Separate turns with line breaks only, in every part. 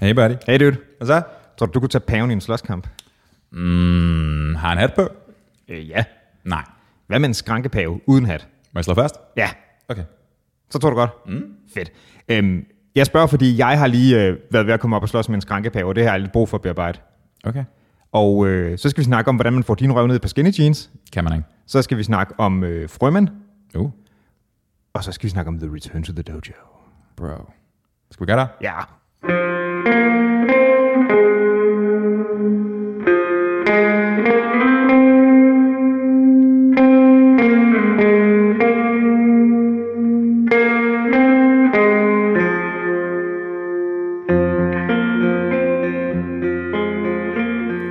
Hey buddy.
Hey dude,
Hvad så?
tror du, du kunne tage paven i en slåskamp?
Mm, har han hat på?
Øh, ja.
Nej.
Hvad med en skrankepave uden hat?
Må jeg slå fast?
Ja,
Okay.
så tror du godt. Mm. Fedt. Øhm, jeg spørger, fordi jeg har lige øh, været ved at komme op og slås med en skrankepave, og det har jeg lidt brug for at bearbejde.
Okay.
Og øh, så skal vi snakke om, hvordan man får din røv ned på skinny jeans.
Kan man ikke.
Så skal vi snakke om øh, frømænd.
Jo. Uh,
Og så skal vi snakke om The Return to the Dojo.
bro. Skal vi gøre det?
Ja.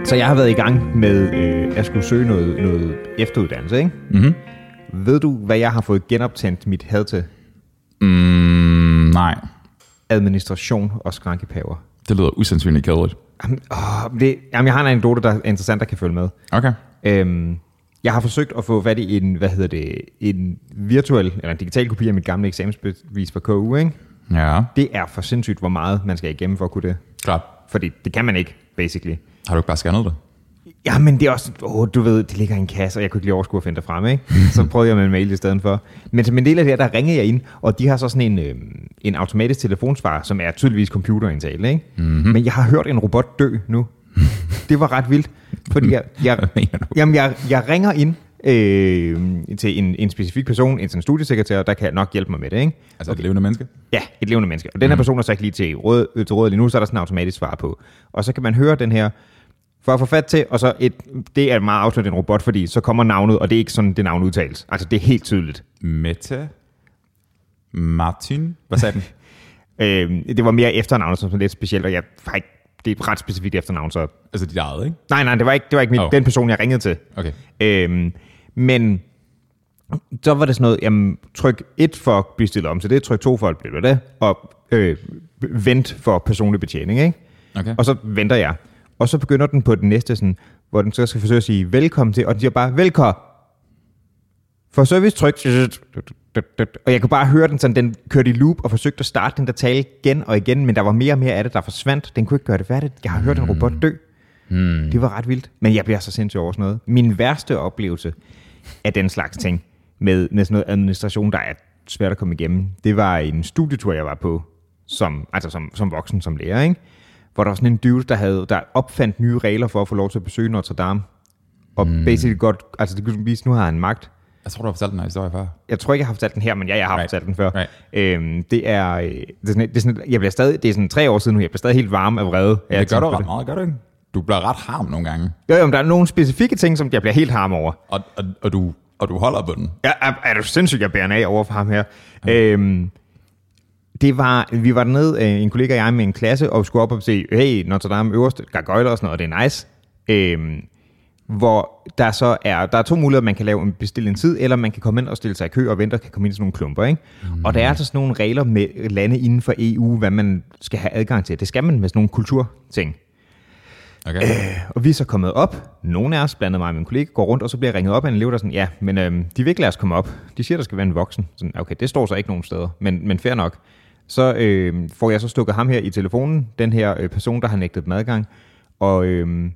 Så jeg har været i gang med øh, at skulle søge noget, noget efteruddannelse, ikke?
Mhm.
Ved du, hvad jeg har fået genoptændt mit had til?
Mm, nej.
Administration og skrankepaver.
Det lyder usandsynligt kedeligt.
Jamen, åh, men det, jamen, jeg har en anekdote, der er interessant, der kan følge med.
Okay.
Øhm, jeg har forsøgt at få fat i en, hvad hedder det, en virtuel, eller en digital kopi af mit gamle eksamensbevis fra KU, ikke?
Ja.
Det er for sindssygt, hvor meget man skal igennem for at kunne det.
Klart.
Fordi det kan man ikke, basically.
Har du ikke bare scannet det?
Ja, men det er også, åh, du ved, det ligger i en kasse, og jeg kunne ikke lige overskue at finde det frem, ikke? Så prøvede jeg med en mail i stedet for. Men som en del af det her, der ringede jeg ind, og de har så sådan en, øh, en automatisk telefonsvar, som er tydeligvis computerindtale, ikke? Mm-hmm. Men jeg har hørt en robot dø nu. det var ret vildt, fordi jeg, jeg,
Hvad mener du?
jamen jeg, jeg ringer ind øh, til en, en specifik person, en sådan studiesekretær, der kan nok hjælpe mig med det, ikke?
Altså okay. et levende menneske?
Ja, et levende menneske. Og den her person er så ikke lige til råd, øh, til råd lige nu, så er der sådan en automatisk svar på. Og så kan man høre den her, for at få fat til, og så et, det er meget afsnit en robot, fordi så kommer navnet, og det er ikke sådan, det navn udtales. Altså, det er helt tydeligt.
Mette? Martin? Hvad sagde den?
Øh, det var mere efternavnet, som er lidt specielt, og jeg har ikke, det er et ret specifikt efternavn, så...
altså dit eget, ikke?
Nej, nej, det var ikke, det var ikke mit,
Oh.
den person, jeg ringede til.
Okay.
Øhm, men så var det sådan noget, jamen tryk 1 for at blive stillet om til det, tryk 2 for at blive det, og øh, vent for personlig betjening, ikke?
Okay.
Og så venter jeg. Og så begynder den på den næste, sådan, hvor den så skal forsøge at sige velkommen til, og den siger bare, velkommen. For service tryk. Og jeg kunne bare høre den sådan, den kørte i loop og forsøgte at starte den der tale igen og igen, men der var mere og mere af det, der forsvandt. Den kunne ikke gøre det færdigt. Jeg har hørt en robot dø. Mm. Det var ret vildt. Men jeg bliver så sindssygt over sådan noget. Min værste oplevelse af den slags ting med, med sådan noget administration, der er svært at komme igennem, det var en studietur, jeg var på, som, altså som, som voksen, som lærer, ikke? hvor der var sådan en dude, der, havde, der opfandt nye regler for at få lov til at besøge Notre Dame. Og
Hmm.
mm. basically godt, altså det kunne vise, nu har han magt.
Jeg tror, du har fortalt den her historie før.
Jeg tror ikke, jeg har fortalt den her, men ja, jeg har
Right.
right. fortalt den før.
Right.
Øhm, det er, øh, det er, sådan, det er sådan, jeg bliver stadig, det er sådan tre år siden nu, jeg bliver stadig helt varm af vrede. af
Ja, det
at
gør
tænke
du
på
ret meget, gør du ikke? Du bliver ret harm nogle gange,
Jo, jo, men der er nogle specifikke ting, som jeg bliver helt harm over.
og, og, og, du, og du holder på den.
Jeg, er, er du sindssygt, jeg bærer den af over for ham her. Okay. Øhm, det var, vi var dernede, øh, en kollega og jeg med en klasse, og skulle op og se, hey, Notre Dame øverste, gargøjler og sådan noget, og det er nice. Øhm, hvor der så er, der er to muligheder, man kan lave en bestille en tid, eller man kan komme ind og stille sig i kø og vente og kan komme ind i sådan nogle klumper. Ikke? Mm. Og der er altså sådan nogle regler med lande inden for EU, hvad man skal have adgang til. Det skal man med sådan nogle kulturting.
Okay?
Og vi er så kommet op. Nogle af os, blandt andet mig og min kollega, går rundt, og så bliver jeg ringet op af en elev, der er sådan, ja, men øhm, de vil ikke lade os komme op. De siger, der skal være en voksen. Sådan, okay, det står så ikke nogen steder, men, men fair nok. Så øh, får jeg så stukket ham her i telefonen, den her øh, person, der har nægtet dem adgang, og, øh,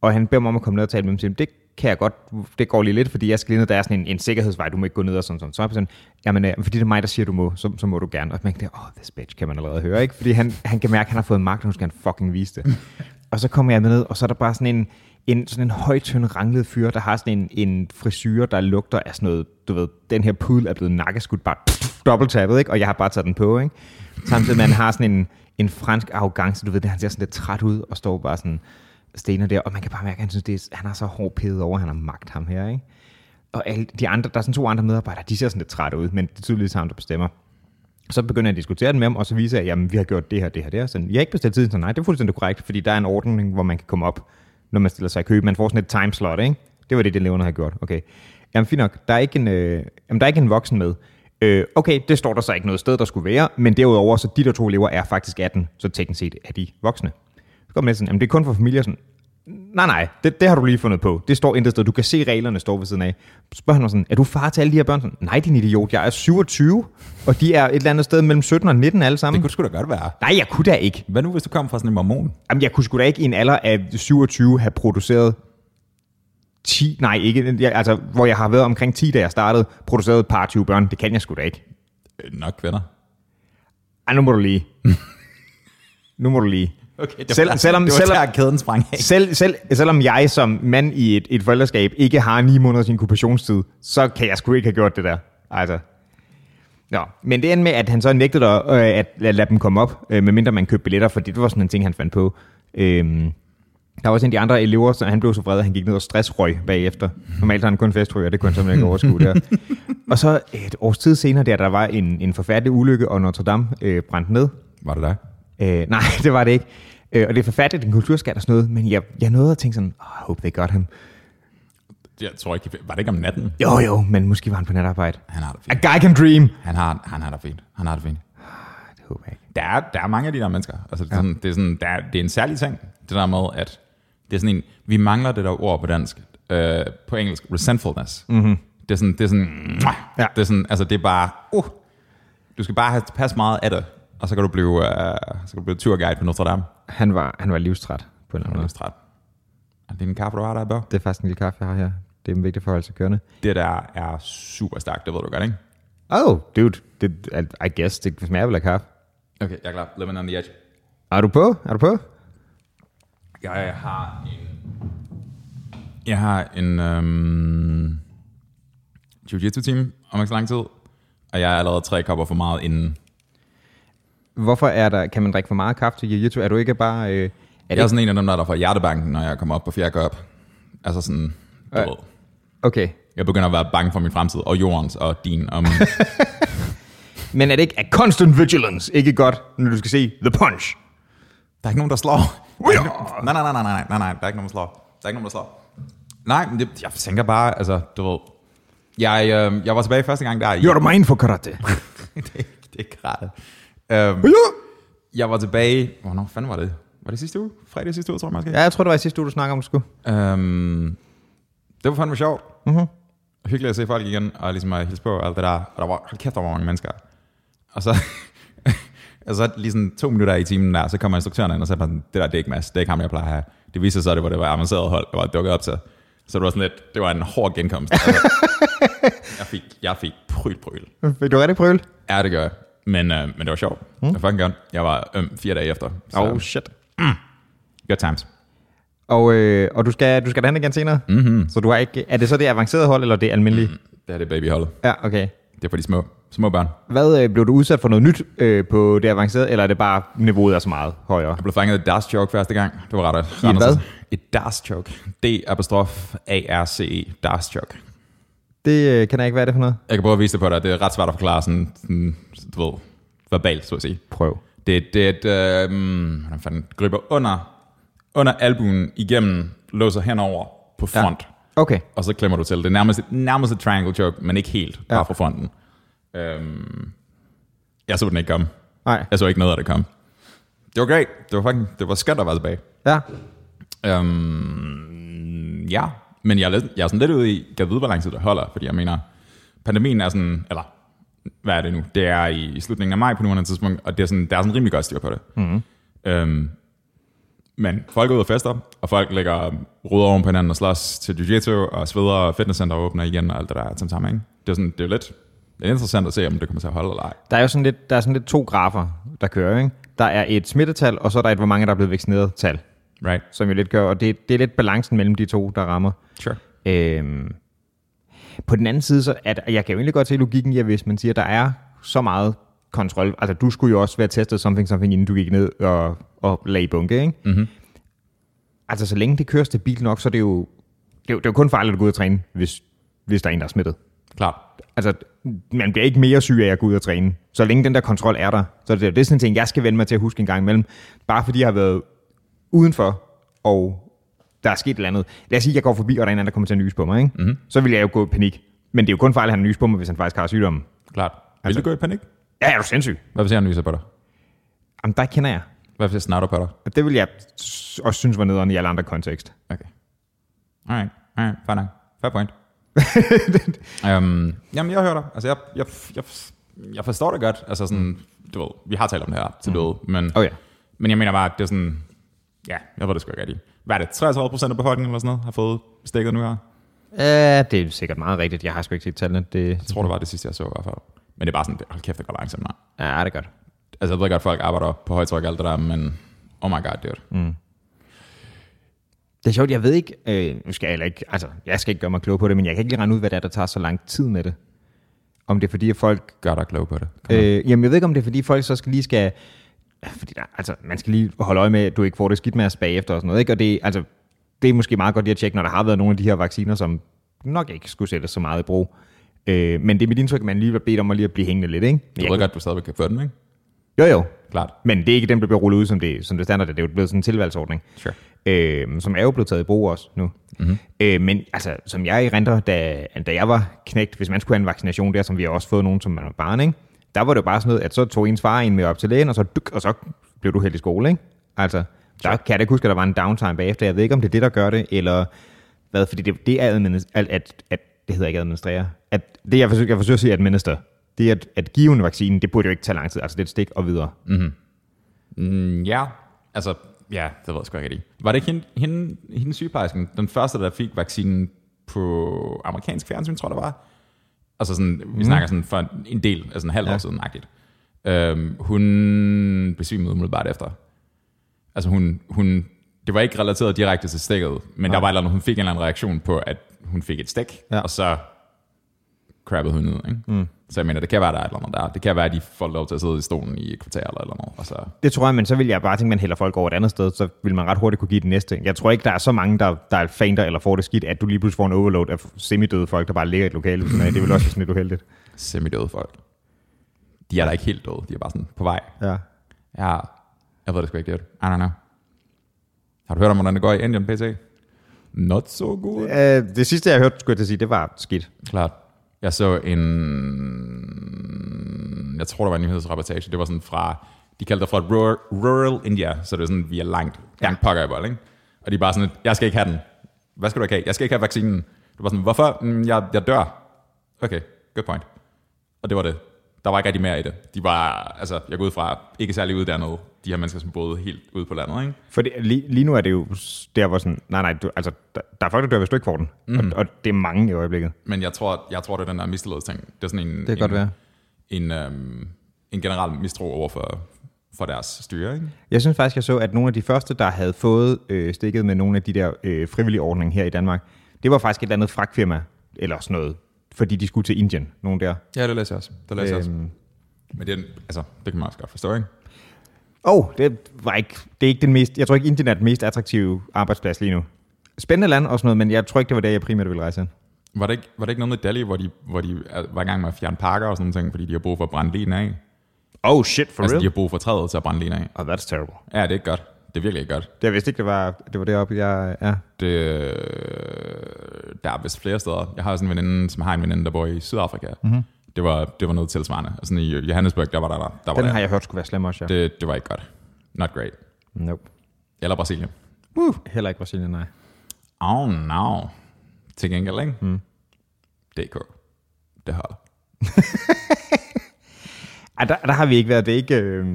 og han beder mig om at komme ned og tale med ham. Siger, det kan jeg godt, det går lige lidt, fordi jeg skal lige ned, der er sådan en, en sikkerhedsvej, du må ikke gå ned og sådan sådan. Så er jeg sådan, jamen, øh, fordi det er mig, der siger, du må, så, så må du gerne. Og man tænker, åh, oh, this bitch, kan man allerede høre, ikke? Fordi han, han kan mærke, at han har fået magt, og nu skal han fucking vise det. og så kommer jeg med ned, og så er der bare sådan en, en, sådan en højtønd ranglet fyr, der har sådan en, en frisyr, der lugter af sådan noget, du ved, den her pudel er blevet nakkeskudt, bare dobbelttappet, ikke? Og jeg har bare taget den på, ikke? Samtidig med, at han har sådan en, en fransk arrogance, du ved, det, han ser sådan lidt træt ud, og står bare sådan, stener der, og man kan bare mærke, at han synes, det er, han er så hård pæde over, at han har magt ham her, ikke? Og alle de andre, der er sådan to andre medarbejdere, de ser sådan lidt trætte ud, men det er tydeligvis ham, der bestemmer. Så begynder jeg at diskutere den med ham, og så viser jeg, jamen vi har gjort det her, det her, det her. Sådan, jeg har ikke bestilt tiden, så nej, det er fuldstændig korrekt, fordi der er en ordning, hvor man kan komme op, når man stiller sig i kø. Man får sådan et timeslot, ikke? Det var det, det eleverne havde gjort. Okay. Jamen fint nok, der er ikke en, øh, jamen, der er ikke en voksen med. Øh, okay, det står der så ikke noget sted, der skulle være, men derudover, så de der to elever er faktisk 18, så teknisk set er de voksne. Så kommer man sådan, jamen det er kun for familier. Sådan, Nej, nej, det, det har du lige fundet på. Det står intet sted. Du kan se reglerne står ved siden af. Så Spørger han mig sådan, er du far til alle de her børn? Sådan, nej, din idiot, jeg er 27, og de er et eller andet sted mellem 17 og 19 alle sammen.
Det kunne det sgu da godt være.
Nej, jeg kunne da ikke.
Hvad nu, hvis du kom fra sådan en mormon?
Jamen, jeg kunne sgu da ikke i en alder af 27 have produceret 10, nej ikke, jeg, altså hvor jeg har været omkring 10, da jeg startede, produceret et par 20 børn. Det kan jeg sgu da ikke.
Øh, nok kvinder.
Ej, nu må du lige. nu må du lige.
Okay,
det var- Selv- selvom-
det var
selvom-
der, kæden sprang af.
Selv, selv, selvom jeg som mand i et, et forældreskab ikke har 9 måneders inkubationstid, så kan jeg sgu ikke have gjort det der. Altså. Nå, men det endte med, at han så nægtede at, øh, at, at lade dem komme op, øh, medmindre man købte billetter, for det var sådan en ting, han fandt på. Øhm, der var også en af de andre elever, så han blev så vred, at han gik ned og stressrøg bagefter. Normalt har han kun festryger, det kunne han simpelthen ikke overskue der. Og så et års tid senere, der, der var en, en forfærdelig ulykke, og Notre Dame øh, brændte ned.
Var det der?
Øh, nej, det var det ikke. Øh, og det er forfærdeligt, en kulturskat og sådan noget, men jeg, jeg nåede at tænke sådan, oh, I hope they got ham.
Jeg tror ikke, var det ikke om natten?
Jo, jo, men måske var han på natarbejde.
Han har det
A
fint.
guy can dream!
Han har, han har det fint. Han har det fint.
Det håber jeg ikke.
Der er, der er mange af de der mennesker. Altså, det, er sådan, det, er sådan, der er, det er en særlig ting, det der med, at det er sådan en, vi mangler det der ord på dansk, øh, på engelsk, resentfulness. Mm-hmm. Det er sådan, det er sådan,
Mhm. Ja.
ja. det er sådan, altså det er bare, uh, du skal bare have pas meget af det, og så kan du blive, øh, så kan du blive turguide på Notre Dame.
Han var, han var livstræt på en eller anden
Ja.
måde.
Er det en kaffe, du har der, Bør?
Det er faktisk en lille kaffe, jeg har her. Det er en vigtig forhold til kørende.
Det der er super stærkt, det ved du godt, ikke?
Oh, dude, det, I guess, det smager vel af kaffe.
Okay, jeg er klar. Lemon on the edge.
Er du på? Er du på?
Jeg har en... Jeg har en øhm, jiu-jitsu-team om ikke så lang tid, og jeg er allerede tre kopper for meget inden.
Hvorfor er der, kan man drikke for meget kaffe til jiu-jitsu? Er du ikke bare... Øh, er
Jeg
det
er
ikke,
sådan en af dem, der er fra hjertebanken, når jeg kommer op på fjerde kop. Altså sådan, du
Øh.
ved.
okay,
Jeg begynder at være bange for min fremtid, og jordens, og din. Om,
men er det ikke a constant vigilance? Ikke godt, når du skal se The Punch.
der er ikke nogen, der slår. Der er ikke nogen- Nej, nej, nej, nej, nej, nej, nej, der er ikke nogen, der slår. Der er ikke nogen, der slår. Nej, men det, jeg tænker bare, altså, du ved. Jeg, øh, jeg var tilbage første gang der. i-
You're mine for karate.
det, er ikke- det er ikke rart. Øhm, Jeg var tilbage... Hvornår fanden var det? Var det sidste uge? Fredag sidste uge, tror jeg måske.
Ja, jeg tror, det var i sidste uge, du snakkede om, du skulle.
Øhm, det var fandme sjovt.
Mhm.
Mm-hmm. Hyggeligt at se folk igen, og ligesom at hilse på og alt det der. Og der var, hold kæft, der var mange mennesker. Og så, og så lige sådan to minutter i timen der, så kommer instruktøren ind og sagde, bare sådan, det der, det er ikke Mads, det er ikke ham, jeg plejer at have. Det viser sig, at det var det var avanceret hold, der var dukket op til. Så det var sådan lidt, det var en hård genkomst. Altså, jeg fik, jeg fik pryl, pryl.
Fik du rigtig prøvel?
Ja, det gør jeg. Men, øh, men det var sjovt. Mm. Jeg fucking godt. Jeg var øm fire dage efter. Så
Mhm. Oh, shit.
good times.
Og, øh, og du skal du skal derhen igen senere? Mm-hmm. Så du har ikke, er det så det avancerede hold, eller det almindelige? Mm.
Det er det babyholdet.
Ja, okay.
Det er for de små, små børn.
Hvad øh, blev du udsat for noget nyt øh, på det avancerede, eller er det bare niveauet er så meget højere?
Jeg blev fanget af et darts joke første gang. Det var ret at-
I
Anders-
hvad?
Et darts joke. D-A-R-C-E. Darts joke.
Det øh, kan jeg ikke være det for noget.
E, Jeg kan prøve at vise det på dig. Det er ret svært at forklare sådan, sådan du ved, verbalt, så at sige.
Prøv.
Det, det er et, øh, hmm, hvordan fanden, griber under, under albuen igennem, låser henover på front. Ja.
Okay.
og så klemmer du til. Det er nærmest, nærmest et triangle joke, men ikke helt, ja.
Ja.
bare fra fronten. Øhm, jeg så den ikke komme.
Nej.
Jeg så ikke noget af det komme. Det var great. Det var fucking, det var skønt at være tilbage.
Ja.
Øhm, ja, men jeg er, lidt, jeg er sådan lidt ude i, kan vide, hvor lang tid det holder, fordi jeg mener, pandemien er sådan, eller hvad er det nu? Det er i slutningen af maj på nuværende tidspunkt, og det er sådan, der er sådan rimelig godt styr på det. Mm-hmm. Øhm, men folk er ude og fester, og folk lægger ruder oven på hinanden og slås til jiu-jitsu, og sveder, og fitnesscenter åbner igen, og alt det der tam tam, ikke? Det er sådan, det er jo lidt det er interessant at se, om det kommer til at holde eller ej.
Der er jo sådan lidt, der er sådan lidt to grafer, der kører, ikke? Der er et smittetal, og så er der et, hvor mange der er blevet vaccineret tal,
Right?
som jo lidt gør, og det, det er lidt balancen mellem de to, der rammer.
Sure.
Øhm, på den anden side, så at, jeg kan jo egentlig godt se logikken i, at hvis man siger, at der er så meget kontrol, altså du skulle jo også være testet something, something, inden du gik ned og, og lagde i bunke, ikke?
Mhm.
Altså, så længe det kører stabilt nok, så er det jo, det er jo, det er jo kun farligt at gå ud og træne, hvis, hvis der er en, der er smittet.
Klart.
Altså, man bliver ikke mere syg af at gå ud og træne. Så længe den der kontrol er der, så er det, det er sådan en ting, jeg skal vende mig til at huske en gang imellem. Bare fordi jeg har været udenfor, og der er sket et eller andet. Lad os sige, at jeg går forbi, og der er en anden, der kommer til at nyse på mig. Ikke? Mm-hmm. Så vil jeg jo gå i panik. Men det er jo kun fejl, at han nyser på mig, hvis han faktisk har sygdommen.
Klart. Vil altså, du gå i panik?
Ja, er du sindssyg?
Hvad hvis jeg nyser på dig?
Jamen, der kender jeg.
Hvad hvis jeg snatter på dig?
Og det vil jeg s- også synes var nederen i alle andre kontekst.
Okay. Alright, alright, fair nok. Fair point. um, jamen, jeg hører dig. Altså, jeg, jeg, jeg, jeg forstår det godt. Altså, sådan, du ved, vi har talt om det her til døde, men,
Åh oh, ja.
men jeg mener bare, at det er sådan, ja, jeg ved det sgu ikke rigtigt. Hvad er det, 33 procent af befolkningen eller sådan noget har fået stikket nu her?
Uh, det er sikkert meget rigtigt. Jeg har sgu ikke set tallene. Det,
Jeg tror, det var det sidste, jeg så i hvert fald. Men det er bare sådan, det- hold kæft, det går langsomt. Nej.
ja, det er godt.
Altså, jeg ved godt, at folk arbejder på højtryk og alt det der, men oh my god, dude. Mm.
Det er sjovt, jeg ved ikke, øh, nu skal jeg heller ikke, altså, jeg skal ikke gøre mig klog på det, men jeg kan ikke lige regne ud, hvad det er, der tager så lang tid med det. Om det er fordi, at folk,
Gør dig klog på det. Kom øh.
øh, jamen jeg ved ikke, om det er fordi, folk så skal lige skal, fordi der, altså, man skal lige holde øje med, at du ikke får det skidt med os bagefter og sådan noget, ikke? Og det, altså, det er måske meget godt lige at tjekke, når der har været nogle af de her vacciner, som nok ikke skulle sættes så meget i brug. Øh, men det er mit indtryk, at man lige var bedt om at lige at blive hængende lidt, ikke?
Du ved godt, du stadigvæk kan få den, ikke?
Jo, jo.
Klart.
Men det er ikke dem, der bliver rullet ud som det, som det standard. Det er jo blevet sådan en tilvalgsordning
Sure.
øh, som er jo blevet taget i brug også nu. Mm-hmm. Øh, men altså, som jeg erindrer, da, da jeg var knægt, hvis man skulle have en vaccination der, som vi har også fået nogen, som man var barn, ikke? der var det jo bare sådan noget, at så tog ens far en med op til lægen, og så, dyk, og så blev du helt i skole. Ikke? Altså, der kan jeg da ikke huske, at der var en downtime bagefter. Jeg ved ikke, om det er det, der gør det, eller hvad, fordi det, det er administ- at, at, at, det hedder ikke administrere. At det, jeg forsøger, jeg forsøger at sige, administer, det er at, at give en vaccine, det burde jo ikke tage lang tid. Altså, det er et stik og videre.
Mm, ja, altså, ja, det ved jeg sgu ikke rigtigt. Var det ikke hende, hende, hende sygeplejersken, den første, der fik vaccinen på amerikansk fjernsyn, tror jeg, det var? Altså sådan, vi snakker sådan for en del, altså en halv ja. år siden, agtigt. Øhm, hun besvimede umiddelbart efter. Altså hun, hun, det var ikke relateret direkte til stikket, men der var et eller andet, hun fik en eller anden reaktion på, at hun fik et stik,
Ja.
ja. og så crappede hun ud. Ikke? Mm. Så jeg mener, det kan være, der er et eller andet der. Det kan være, at de får lov til at sidde i stolen i et kvarter eller et eller andet, og så
Det tror jeg, men så vil jeg bare tænke, at man hælder folk over et andet sted, så vil man ret hurtigt kunne give det næste. Jeg tror ikke, der er så mange, der, der er fanter eller får det skidt, at du lige pludselig får en overload af semidøde folk, der bare ligger i et lokale. ved siden af. Det vil også være sådan lidt uheldigt.
semidøde folk. De er da ikke helt døde, de er bare sådan på vej.
Ja.
Ja, jeg ved det sgu ikke, det I don't know. Har du hørt om, hvordan det går i Indien, PT? Not so good. Yeah.
Øh, det sidste, jeg hørte, skulle jeg til at sige, det var skidt.
Klart. Jeg så en... Jeg tror, der var en nyhedsrapportage. Det var sådan fra... De kaldte det fra rural, rural India, så det er sådan, vi er langt, langt pokker i bold, ikke? Og de er bare sådan, lidt, jeg skal ikke have den. Hvad skal du ikke have? Jeg skal ikke have vaccinen. Du var sådan, hvorfor? Mm, jeg, jeg dør. Okay, good point. Og det var det. Der var ikke rigtig mere i det. De var, altså, jeg går ud fra, ikke særlig uddannede, de her mennesker, som boede helt ude på landet, ikke?
For det, lige, lige, nu er det jo der, hvor sådan, nej, nej, du, altså, der, der er folk, der dør, hvis du ikke får den. Mm. Og, og, det er mange i øjeblikket.
Men jeg tror, jeg tror det er den der mistillidsting. Det er sådan en,
kan
en,
godt være.
en, øhm, en generel mistro over for, for deres styre. Ikke?
Jeg synes faktisk, jeg så, at nogle af de første, der havde fået øh, stikket med nogle af de der øh, frivillige ordninger her i Danmark, det var faktisk et eller andet fragtfirma, eller sådan noget, fordi de skulle til Indien, nogen der.
Ja, det læser jeg også. Det læser øhm.
Øhm,
Men det, er- altså, det kan man også godt forstå, ikke?
Åh, oh, det var ikke, det er ikke den mest, jeg tror ikke Indien er den mest attraktive arbejdsplads lige nu. Spændende land og sådan noget, men jeg tror ikke, det var der, jeg primært ville rejse hen.
Var det ikke, var det ikke noget med Delhi, hvor de, hvor de er- var i gang med at fjerne pakker og sådan noget, fordi de har brug for at brænde lin af?
Oh shit, for
Altså, de har brug for træet til at brænde lin af.
Oh, that's terrible.
Ja, det er ikke godt. Det er virkelig ikke godt.
Det jeg vidste ikke, det var, det var deroppe, jeg er.
Det, øh, der er vist flere steder. Jeg har også en veninde, som har en veninde, der bor i Sydafrika. Mm-hmm. Det, var, det var noget tilsvarende. Altså, i Johannesburg, der var der, der, der var
Den
der.
har jeg hørt skulle være slem også, ja. Det.
Det, det var ikke godt. Not great.
Nope.
Eller Brasilien.
Uh. Heller ikke Brasilien, nej.
Oh no. Til gengæld, ikke? Mm. DK. Det holder.
Ej, der, der, har vi ikke været, det er ikke, øh,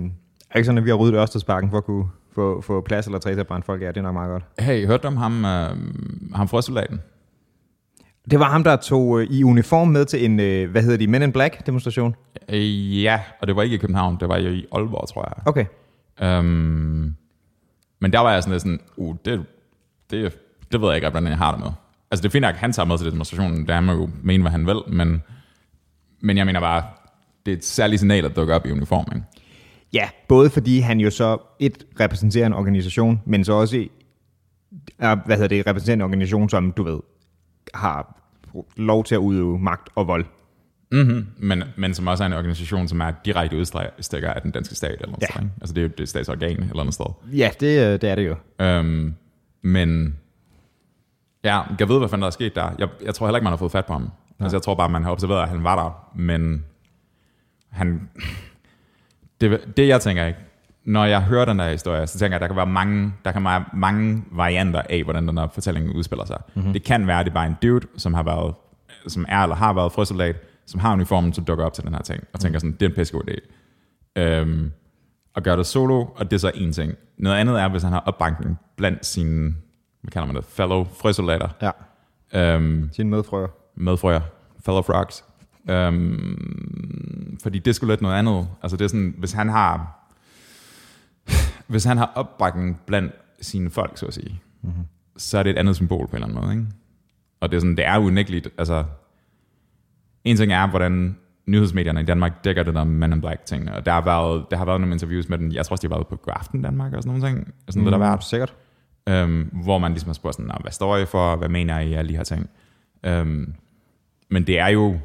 er ikke sådan, at vi har ryddet Ørstedsparken for at kunne få, få plads eller træ til at brænde folk af. Det er nok meget godt.
Hey, hørte du om ham, øh, ham frøsoldaten?
Det var ham, der tog øh, i uniform med til en, øh, hvad hedder de, Men in Black demonstration.
Øh, ja, og det var ikke i København, det var i Aalborg, tror jeg.
Okay.
Øhm, men der var jeg sådan lidt sådan, uh, det, det, det ved jeg ikke, hvordan jeg har det med. Altså det er fint nok, at han tager med til demonstrationen, der må jo mene, hvad han vil, men, men jeg mener bare, det er et særligt signal at dukke op i uniform, ikke?
Ja, både fordi han jo så et repræsenterer en organisation, men så også er, hvad hedder det, repræsenterer en organisation, som du ved, har lov til at udøve magt og vold.
men, men som også er en organisation, som er direkte udstikker af den danske stat. Eller noget
Ja.
ja. sted, ikke? altså det er jo det er statsorgan et eller andet sted.
Ja, det, øh, det er det jo.
Øhm, men ja, jeg ved, hvad fanden der er sket der. Jeg, jeg tror heller ikke, man har fået fat på ham. Altså, jeg tror bare, man har observeret, at han var der, men han... Det, det jeg tænker ikke, når jeg hører den der historie, så tænker jeg, at der kan være mange, der kan være mange varianter af, hvordan den her fortælling udspiller sig. Mm-hmm. Det kan være, at det er bare en dude, som har været, som er eller har været frøsoldat, som har uniformen, som dukker op til den her ting, og tænker sådan, det er en pissegod idé. Øhm, og gør det solo, og det er så en ting. Noget andet er, hvis han har opbankning blandt sine, hvad kalder man det, fellow frøsoldater,
Ja.
øhm,
Sin medfrøer.
medfrøer, fellow frogs. Øhm, fordi det skulle lidt noget andet. Altså det er sådan, hvis han har, hvis han har opbakken blandt sine folk, så at sige, mm-hmm. så er det et andet symbol på en eller anden måde. Ikke? Og det er sådan, det er unægteligt. Altså, en ting er, hvordan nyhedsmedierne i Danmark dækker det der Man in Black ting, og der har været, der har været nogle interviews med den, jeg tror også, de har været på Graften Danmark og sådan nogle ting, sådan mm. lidt af hvert
Sikkert.
øhm, hvor man ligesom har spurgt sådan, "Nå, hvad står I for, hvad mener I, alle de her ting. Øhm, men det er jo,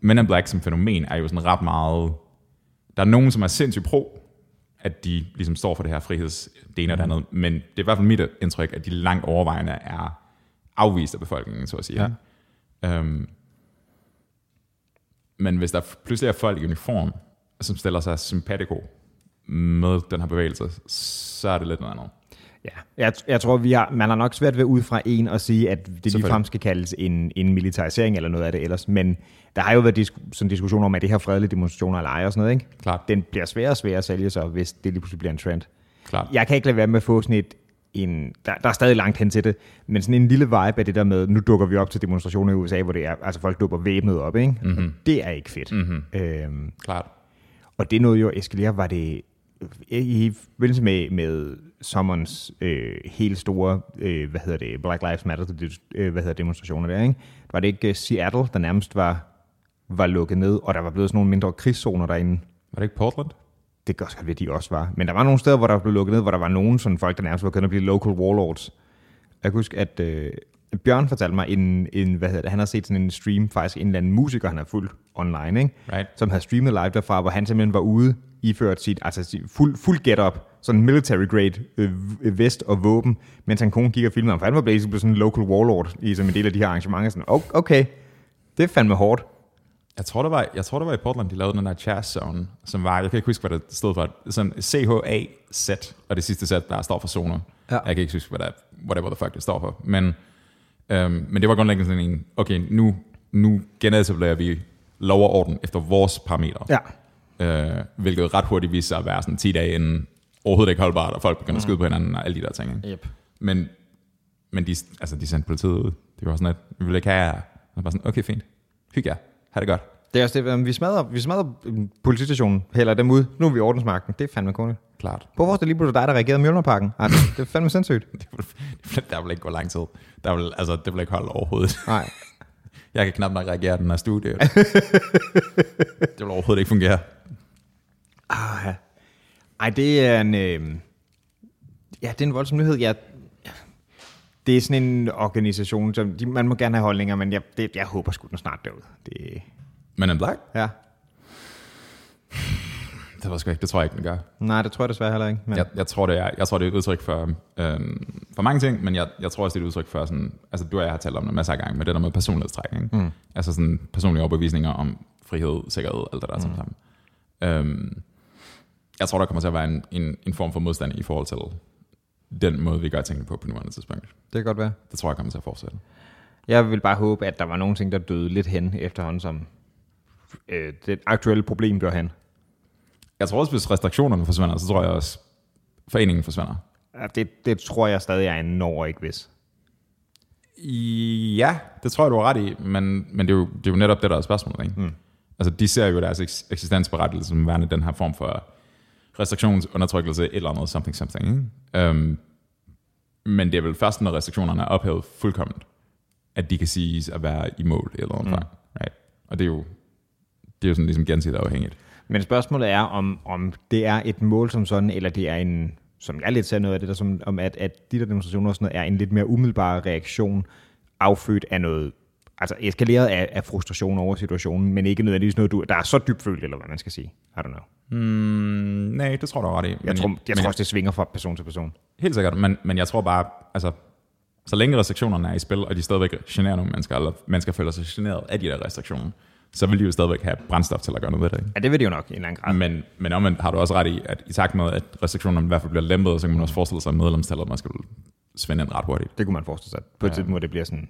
Men in Black som fænomen er jo sådan ret meget, der er nogen, som er sindssygt pro, at de ligesom står for det her friheds, det ene og det andet, men det er i hvert fald mit indtryk, at de langt overvejende er afvist af befolkningen, så at sige. Ja. Øhm, men hvis der pludselig er folk i uniform, som stiller sig sympatico med den her bevægelse, så er det lidt noget andet.
Ja. Jeg, jeg tror, vi har, man har nok svært ved at ud fra en at sige, at det ligefrem skal kaldes en, en militarisering eller noget af det ellers. Men der har jo været disk- sådan diskussioner om, at det her fredelige demonstrationer eller ej og sådan noget, ikke?
Klart.
Den bliver sværere og sværere at sælge sig, hvis det lige pludselig bliver en trend.
Klart.
Jeg kan ikke lade være med at få sådan et, en, der, der er stadig langt hen til det, men sådan en lille vibe af det der med, nu dukker vi op til demonstrationer i USA, hvor det er, altså folk dukker væbnet op, ikke?
Mm.
Mm-hmm. Det er ikke fedt. Mm-hmm. Øhm,
Klart.
Og det nåede jo at eskalere, var det i forbindelse med, med sommerens øh, helt store, øh, hvad hedder det, Black Lives Matter, det, øh, hvad hedder demonstrationer der, ikke? Var det ikke øh, Seattle, der nærmest var, var lukket ned, og der var blevet sådan nogle mindre krigszoner derinde?
Var det ikke Portland?
Det kan også godt være, de også var. Men der var nogle steder, hvor der blev lukket ned, hvor der var nogen sådan folk, der nærmest var kønnet at blive local warlords. Jeg kan huske, at øh, Bjørn fortalte mig, en, en, hvad hedder det, han har set sådan en stream, faktisk en eller anden musiker, han har fulgt online, ikke?
Right.
som havde streamet live derfra, hvor han simpelthen var ude iført sit altså sit fuld, fuld get-up, sådan military grade øh, øh, vest og våben, mens han kone gik og filmede ham, for han var blevet blevet sådan en local warlord i, som en del af de her arrangementer. Sådan, "Oh, okay, det er fandme hårdt.
Jeg tror, det var, jeg tror, det var i Portland, de lavede den der jazz zone, som var, jeg kan ikke huske, hvad det stod for, sådan CHA-Z, og det sidste sæt, der står for zoner.
Ja.
Jeg kan ikke huske, hvad det er, whatever the fuck det står for. Men, øhm, men det var grundlæggende sådan en, okay, nu, nu genetablerer vi lov og orden efter vores parametre.
Ja.
Øh, hvilket ret hurtigt viste sig at være sådan 10 dage inden overhovedet ikke holdbart, og folk begynder
Mm.
at skyde på hinanden og alle de der ting. Ikke?
Yep.
Men, men de, altså, de sendte politiet ud. Det var sådan, at vi vil ikke have jer. Og bare sådan, okay, fint. Hyg jer. Ha' det godt.
Det er også det, øhm, vi smadrer, vi smadrer øhm, politistationen, hælder dem ud. Nu er vi i ordensmagten. Det er fandme kun.
Klart.
Hvorfor var det lige pludselig dig, der reagerede i Mjølnerparken? Ej, det er fandme sindssygt.
Det vil, det vil, der vil ikke gå lang tid. Der vil, altså, det vil ikke holde overhovedet.
Nej.
Jeg kan knap nok reagere i den her studie. det vil overhovedet ikke fungere.
Ah, ja. Ej, det er en... Øh... Ja, det er en voldsom nyhed. Jeg... Det er sådan en organisation, som de, man må gerne have holdninger, men jeg, det, jeg håber sgu den snart derude. Det,
Men en black?
ja.
Det var sgu ikke. Det tror jeg ikke, den gør.
Nej, det tror jeg desværre heller ikke. Men...
Jeg, jeg, tror, det er, jeg tror, det er et udtryk for, øhm, for mange ting, men jeg, jeg tror også, det er et udtryk for sådan, altså du og jeg har talt om det masser af gange, med det der med personlighedstræk, ikke? Mm. altså sådan personlige overbevisninger om frihed, sikkerhed, alt det der mm. sammen. Øhm, jeg tror, der kommer til at være en, en, en form for modstand i forhold til den måde, vi gør tingene på på nuværende tidspunkt.
Det kan godt være.
Det tror jeg kommer til at fortsætte.
Jeg vil bare håbe, at der var nogle ting, der døde lidt hen efterhånden, som øh, det aktuelle problem dør hen.
Jeg tror også, hvis restriktionerne forsvinder, så tror jeg også, foreningen forsvinder.
Ja, Det, det tror jeg stadig er en når ikke hvis.
Ja, det tror jeg, du har ret i, men, men det, er jo, det er jo netop det, der er spørgsmålet. Ikke? Mm. Altså, de ser jo deres eks- eksistensberettigelse som værende den her form for restriktionsundertrykkelse, et eller andet, something, something. Ikke? Um, men det er vel først, når restriktionerne er ophævet fuldkommen, at de kan siges at være i mål i et eller andet mm. right? Og det er jo, det er jo sådan ligesom gensidigt afhængigt.
Men spørgsmålet er, om, om det er et mål som sådan, eller det er en, som jeg lidt ser noget af det der, som, om at, at de der demonstrationer og sådan noget, er en lidt mere umiddelbar reaktion, affødt af noget, altså eskaleret af, af frustration over situationen, men ikke nødvendigvis noget, du, der er så dybt følt, eller hvad man skal sige. I don't
Mm,
know.
nej, det tror jeg, du har ret i.
Jeg,
Men-
tror, jeg
men-
tror også, det svinger fra person til person.
Helt sikkert, men, men jeg tror bare, altså, så længe restriktionerne er i spil, og de stadigvæk generer nogle mennesker, eller mennesker føler sig generet af de der restriktioner, så vil de jo stadigvæk have brændstof til at gøre noget ved det. Ikke?
Ja, det vil det jo nok i en eller anden grad.
Men, men omvendt har du også ret i, at i takt med, at restriktionerne i hvert fald bliver lempet, så kan man også forestille sig, at medlemstallet man skal svinde ind ret hurtigt.
Det kunne man forestille sig. På et ja. tidspunkt, hvor det bliver sådan...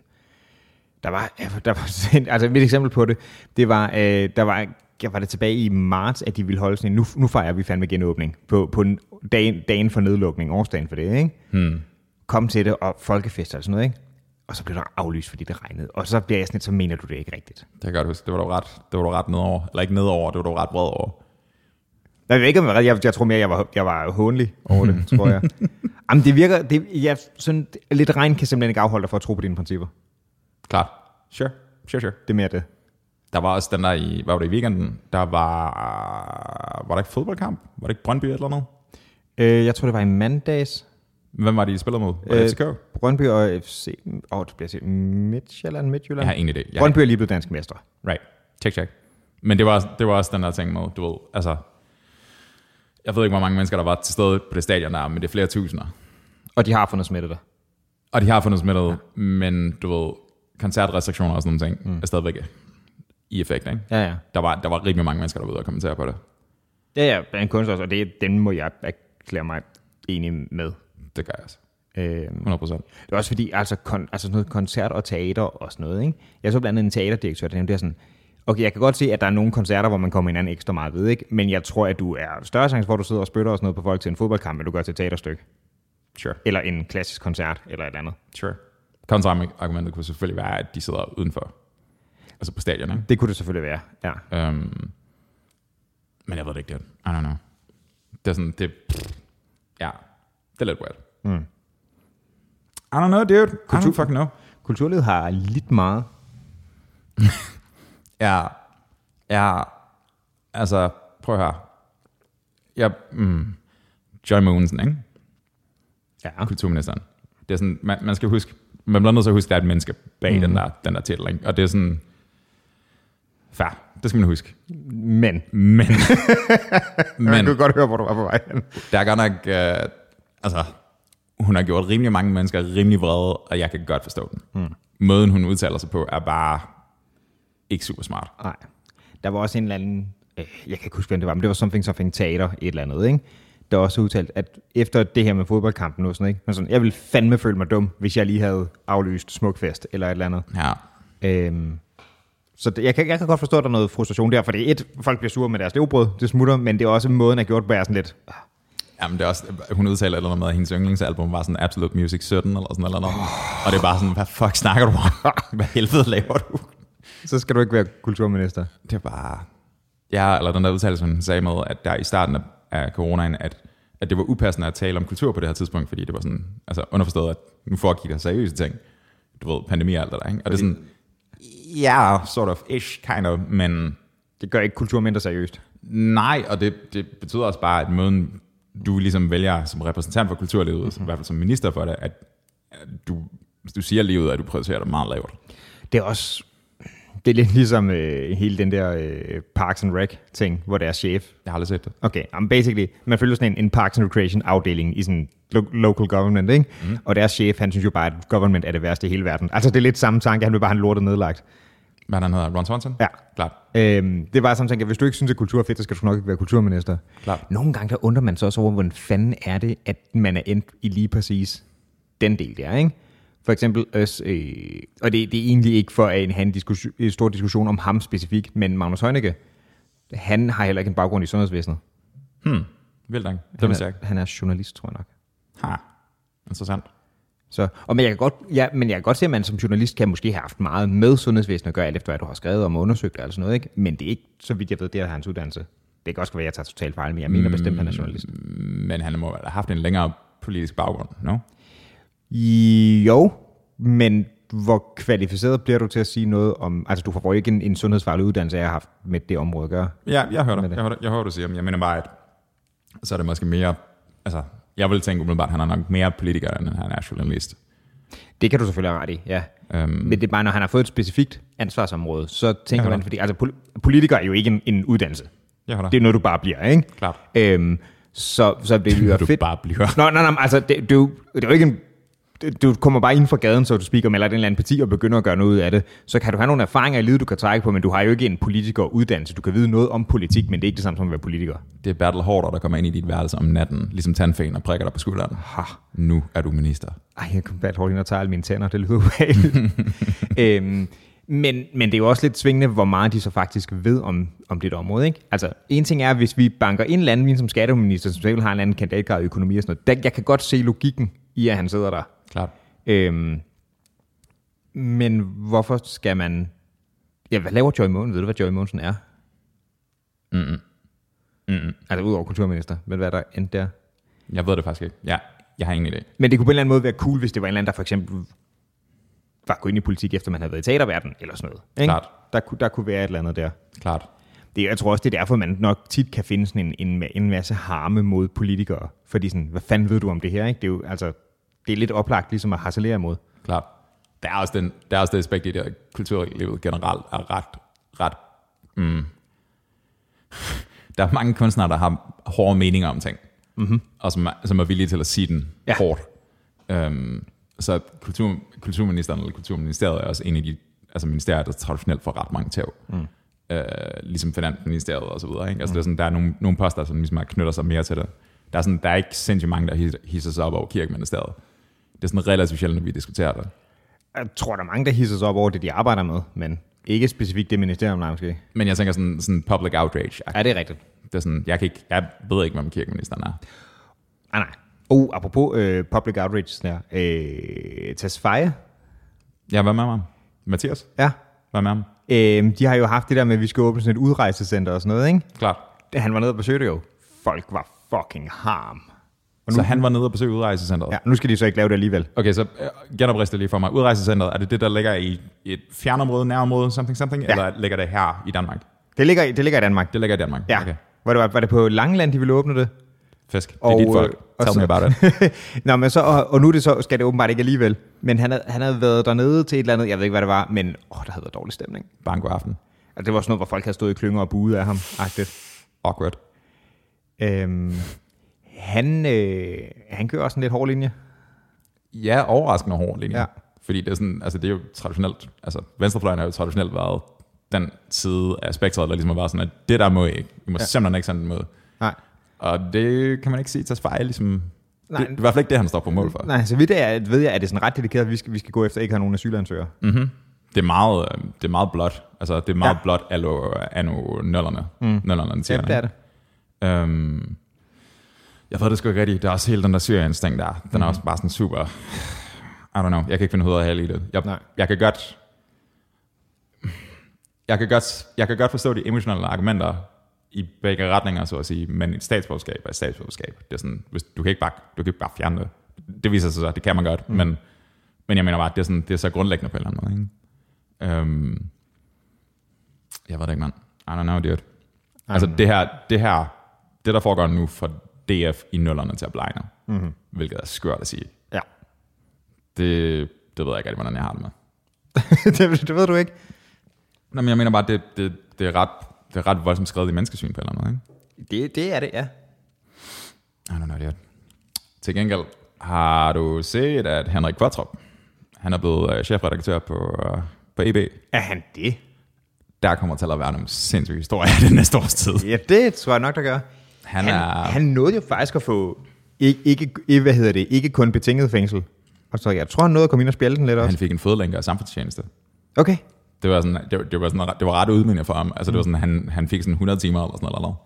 Der var, ja, der var altså mit eksempel på det, det var, øh, der var, jeg var det tilbage i marts, at de ville holde sådan en, nu, nu fejrer vi fandme genåbning, på, på en- dagen, dagen for nedlukning, årsdagen for det, ikke? Hmm. Kom til det, og folkefester og sådan noget, ikke? Og så blev der aflyst, fordi det regnede. Og så bliver jeg sådan lidt, så mener du det ikke rigtigt.
Det kan jeg godt huske. Det var du ret, det var du ret nedover. Eller ikke nedover, det var du ret vred over.
Jeg ved ikke, om jeg, var ret- jeg, jeg tror mere, jeg var, jeg var hånlig over det, tror jeg. Jamen, det virker... Det, jeg, sådan, lidt regn kan simpelthen ikke afholde dig for at tro på dine principper.
Klart. Sure. Sure, sure.
Det er mere det.
Der var også den der i, hvad var det i weekenden? Der var, var der ikke fodboldkamp? Var det ikke Brøndby eller noget?
Øh, jeg tror, det var i mandags.
Hvem var de spillet mod? Var det FCK? Jeg
Brøndby og FC... Åh, oh, det bliver set. Midtjylland, Midtjylland?
har ingen idé. Jeg har
Brøndby er lige blevet dansk mester.
Right. Check, check. Men det var, også- det var også den der ting med, du ved, altså, jeg ved ikke, hvor mange mennesker, der var til stede på det stadion der, men det er flere tusinder.
Og de har fundet smittet der.
Og de har fundet smittet, ja. men du ved, koncertrestriktioner og sådan nogle ting mm. er stadigvæk i effekt, ikke?
Ja, ja.
Der var, der var rigtig mange mennesker, der var ude og kommentere på det.
Ja, ja, blandt kunstnere, også, og det, dem må jeg erklære mig enig med.
Det gør jeg også.
Øh,
100 procent.
Det er også fordi, altså, kon, altså sådan noget koncert og teater og sådan noget, ikke? Jeg så blandt andet en teaterdirektør, der nævnte det her sådan, okay, jeg kan godt se, at der er nogle koncerter, hvor man kommer hinanden ekstra meget ved, ikke? Men jeg tror, at du er større chance for, at du sidder og spytter og sådan noget på folk til en fodboldkamp, end du gør til et teaterstykke.
Sure.
Eller en klassisk koncert, eller et eller andet.
Sure. Kontraargumentet kunne selvfølgelig være, at de sidder udenfor. Altså på stadion, ikke?
Det kunne det selvfølgelig være, ja.
Um, men jeg ved det ikke, det I don't know. Det er sådan, det... Pff, ja, det er lidt weird. Mm. I don't know, dude. I don't fucking know.
Kulturlivet har lidt meget.
Ja, ja, altså, prøv at høre. Ja, mm, Joy Mogensen, ikke?
Ja.
Kulturministeren. Det er sådan, man, man skal huske, man bliver nødt til at huske, at der er et menneske bag mm. den, der, den der titel, ikke? Og det er sådan, fair, det skal man huske.
Men,
Men,
men.
men,
du kan godt høre, hvor du var på vej hen.
Der er godt nok, øh, altså, hun har gjort rimelig mange mennesker rimelig vrede, og jeg kan godt forstå den. Mm. Måden, hun udtaler sig på, er bare ikke super smart.
Nej. Der var også en eller anden, øh, jeg kan ikke huske, hvem det var, men det var Something Something Teater, et eller andet, ikke? Der også udtalt, at efter det her med fodboldkampen og sådan, ikke? Men sådan, jeg ville fandme føle mig dum, hvis jeg lige havde aflyst smukfest eller et eller andet.
Ja.
Øhm, så det, jeg, kan, jeg kan godt forstå, at der er noget frustration der, for det er et, folk bliver sure med deres levebrød, det smutter, men det er også måden at gjort, hvor jeg er sådan lidt, "Ah,
Jamen, det er også, hun udtaler et eller andet med, at hendes yndlingsalbum var sådan Absolute Music 17 eller sådan noget. Oh. Og det er bare sådan, hvad fuck snakker du om? hvad helvede laver du?
så skal du ikke være kulturminister.
Det er bare... Ja, eller den der udtalelse, hun sagde med, at der i starten af- af coronaen, at, at det var upassende at tale om kultur på det her tidspunkt, fordi det var sådan, altså underforstået, at nu foregik der seriøse ting. Du ved, pandemi og alt det der, ikke? Og det er sådan, ja, yeah, sort of ish, kind of, men
Det gør ikke kultur mindre seriøst.
nej, og det, det betyder også bare, at måden, du ligesom vælger som repræsentant for kulturlivet, mm-hmm. i hvert fald som minister for det, at, at du, hvis du siger livet, at du prioriterer det meget lavt.
Det er også... Det er lidt ligesom øh, hele den der øh, Parks and Rec-ting, hvor deres chef
Jeg har aldrig set det.
Okay, um, basically, man følger sådan en, en Parks and Recreation afdeling i sådan lo- local government, ikke? Mm. Og deres chef, han synes jo bare, at government er det værste i hele verden. Altså, det er lidt samme tanke, han vil bare have en lortet nedlagt.
Hvad er det, han hedder? Ron Swanson?
Ja.
Klart.
Øhm, det er bare samme tanke, at hvis du ikke synes, at kultur er fedt, så skal du nok ikke være kulturminister.
Klart.
Nogle gange, der undrer man sig også over, hvordan fanden er det, at man er endt i lige præcis den del der, ikke? For eksempel, også, øh, og det, det er egentlig ikke for at have en diskus- en stor diskussion om ham specifikt, men Magnus Heunicke, han har heller ikke en baggrund i sundhedsvæsenet.
Vildt nok. Det
Han
vidste jeg ikke.
er, han er journalist, tror jeg nok.
Ha. Interessant.
Så, og men jeg, kan godt, ja, men jeg kan godt se, at man som journalist kan måske have haft meget med sundhedsvæsenet at gøre, alt efter hvad du har skrevet om og undersøgt og alt sådan noget, ikke? men det er ikke, så vidt jeg ved, det er hans uddannelse. Det kan også være, at jeg tager totalt fejl, men jeg mener bestemt, at han er journalist.
Men han må have haft en længere politisk baggrund, no?
Jo, men hvor kvalificeret bliver du til at sige noget om... Altså, du får jo ikke en, en sundhedsfaglig uddannelse, jeg har haft med det område at gøre.
Ja, jeg hører dig. Jeg hører, dig. jeg hører, du siger. men Jeg mener bare, at så er det måske mere... Altså, jeg vil tænke umiddelbart, at han er nok mere politiker, end han er journalist.
Det kan du selvfølgelig have ret i, ja. Øhm. Men det er bare, når han har fået et specifikt ansvarsområde, så tænker
Ja,
ja, man, fordi altså, pol- politiker er jo ikke en, en uddannelse.
Jeg hører
Det
dig.
er noget, du bare bliver, ikke?
Klart.
Øhm, så, så det
Det
bliver
du
fedt.
bare bliver.
Nå, nej, nej, men altså, det, det, er jo, det er jo ikke en, du kommer bare ind fra gaden, så du speaker, melder et eller andet parti og begynder at gøre noget ud af det, så kan du have nogle erfaringer i livet, du kan trække på, men du har jo ikke en politikeruddannelse. Du kan vide noget om politik, men det er ikke det samme som at være politiker.
Det er Bertel Hårder, der kommer ind i dit værelse om natten, ligesom tandfæn og prikker dig på skulderen.
Ha.
Nu er du minister.
Ej, jeg kom bare hurtigt ind og tager alle mine tænder, det lyder ubehageligt. øhm, men, men det er jo også lidt svingende, hvor meget de så faktisk ved om, om det område. Ikke? Altså, en ting er, hvis vi banker en eller anden, vi som skatteminister, som selv har en eller anden kandidatgrad i økonomi og sådan noget, der, jeg kan godt se logikken i, at han sidder der.
Klart.
Øhm, men hvorfor skal man... Ja, hvad laver Joy Mogensen? Ved du, hvad Joy Mogensen er? Mm-mm. Mm-mm. Altså, udover kulturminister. Men hvad er der end der?
Jeg ved det faktisk ikke. Ja, jeg har ingen idé.
Men det kunne på en eller anden måde være cool, hvis det var en eller anden, der for eksempel var gået ind i politik, efter man havde været i teaterverdenen, eller sådan noget. Ikke?
Klart.
Der, kunne- der kunne være et eller andet der.
Klart.
Det, jeg tror også, det er derfor, man nok tit kan finde sådan en, en, en masse harme mod politikere. Fordi sådan, hvad fanden ved du om det her? Ikke? Det er jo altså, det er lidt oplagt ligesom at harcelere imod.
Klart. Der er også, den, der er også det aspekt i det, at kulturlivet generelt er ret... ret mm, der er mange kunstnere, der har hårde meninger om ting, mm-hmm. og som er, som er villige til at sige den
Ja.
ja. hårdt. Øhm, så kultur, kulturministeren eller kulturministeriet er også en af de altså ministerier, der traditionelt får ret mange tæv. Mm. Øh, ligesom finansministeriet og så videre. Ikke? Altså, mm. det er sådan, der er nogle, nogle poster, som ligesom er- knytter sig mere til det. Der er, sådan, der er ikke sindssygt mange, der hisser- hisser sig op over kirkeministeriet. Det er sådan relativt sjældent, at vi diskuterer det.
Jeg tror, der er mange, der hisser sig op over det, de arbejder med, men ikke specifikt det ministerium, nej, måske.
Men jeg tænker sådan, sådan public outrage.
Ja, det er rigtigt.
Det er sådan, jeg, kan ikke, jeg ved ikke, hvem kirkeministeren er.
Ah, nej. Oh, apropos øh, public outreach, der. Øh, Tesfaye,
Ja, hvad med ham? Mathias?
ja.
Hvad med ham?
Øh, de har jo haft det der med, at vi skal åbne sådan et udrejsecenter og sådan noget, ikke?
Klart.
Da han var nede og besøgte det jo, folk var fucking harm.
Så han var nede og besøgte udrejsecenteret?
Ja, nu skal de så ikke lave det alligevel.
Okay, så øh, genoprids det lige for mig. Udrejsecenteret, er det det, der ligger i et fjernområde, nærområde, something, something? Ja. Eller ligger det her i Danmark?
Det ligger, i- det ligger i Danmark.
Det ligger i Danmark.
Ja.
Okay.
Okay. Var, det, var, var det på Langeland, de ville åbne det?
Fisk. Det er
Og,
dit folk.
øh, og
Tell
så-
me about it.
Nå, men så, og, og nu er det så, skal det åbenbart ikke alligevel. Men han havde, han havde været dernede til et eller andet, jeg ved ikke, hvad det var, men åh, der havde været dårlig stemning.
Banko aften.
Altså, det var sådan noget, hvor folk havde stået i klynger og buet af ham. Agtigt.
Awkward.
Øhm, han, øh, han kører også en lidt hård linje.
Ja, overraskende hård linje.
Ja.
Ja. Fordi det er, sådan, altså det er jo traditionelt, altså venstrefløjen har jo traditionelt været den side af spektret, der ligesom har været sådan, at det der må I ikke. I må ja. simpelthen ikke sådan en måde.
Nej.
Og det kan man ikke sige til fejl, ligesom...
Nej.
Nej. Det, det er i hvert fald ikke det, han står på mål for. Nej.
Nej, så vidt jeg ved jeg, er det sådan ret dedikeret, at vi skal, vi skal gå efter ikke at have nogen asylansøgere. Mm.
Det, er meget, øh, det er meget blot. Altså, det er meget
Ja.
ja. blot allo, anno nøllerne. Mm. Nøllerne,
Ja, det er det.
Øhm, jeg ved det sgu ikke rigtigt. Der er også hele den der Syrien-ting der. Den mm. er også bare sådan super... I don't know. Jeg kan ikke finde hovedet af i det. Jeg,
Nej.
jeg kan godt... Jeg kan, godt, jeg kan godt forstå de emotionelle argumenter i begge retninger, så at sige, men et statsborgerskab er et statsborgerskab. Det er sådan, hvis, du, kan ikke bare, du kan ikke bare fjerne det. Det viser sig så, det kan man godt, mm. men, men jeg mener bare, at det er, sådan, det er så grundlæggende på en eller anden måde. Ikke? Øhm, jeg ved det ikke, mand. I don't know, dude. Altså
Mm.
det her, det her, det der foregår nu for DF i nullerne til at blegne, mm-hmm. hvilket er skørt at sige,
Ja.
det, det ved jeg ikke rigtig, hvordan jeg har det med.
det, det ved du ikke.
Nå, men jeg mener bare, det, det, det, er, ret, det er ret voldsomt skrevet i menneskesyn på en eller anden måde, ikke?
Det, det er det, ja.
I don't know, det er. Til gengæld har du set, at Henrik Kvartrup, han er blevet øh, chefredaktør på, øh, på EB.
Er han det?
Der kommer til at være nogle sindssyge historier det næste års tid.
Ja, det tror jeg nok, der gør.
Han
han,
er-
han nåede jo faktisk at få, ikke, ikke, ikke- hvad hedder det, ikke kun betinget fængsel. Og så jeg tror, han nåede at komme ind og spjælde den lidt også.
Han fik en fodlænke af samfundstjeneste.
Okay.
det var, sådan, det, var- det var, sådan, ret- det var ret udmændende for ham. Altså, det var sådan, han, han fik sådan 100 timer eller sådan noget, eller noget.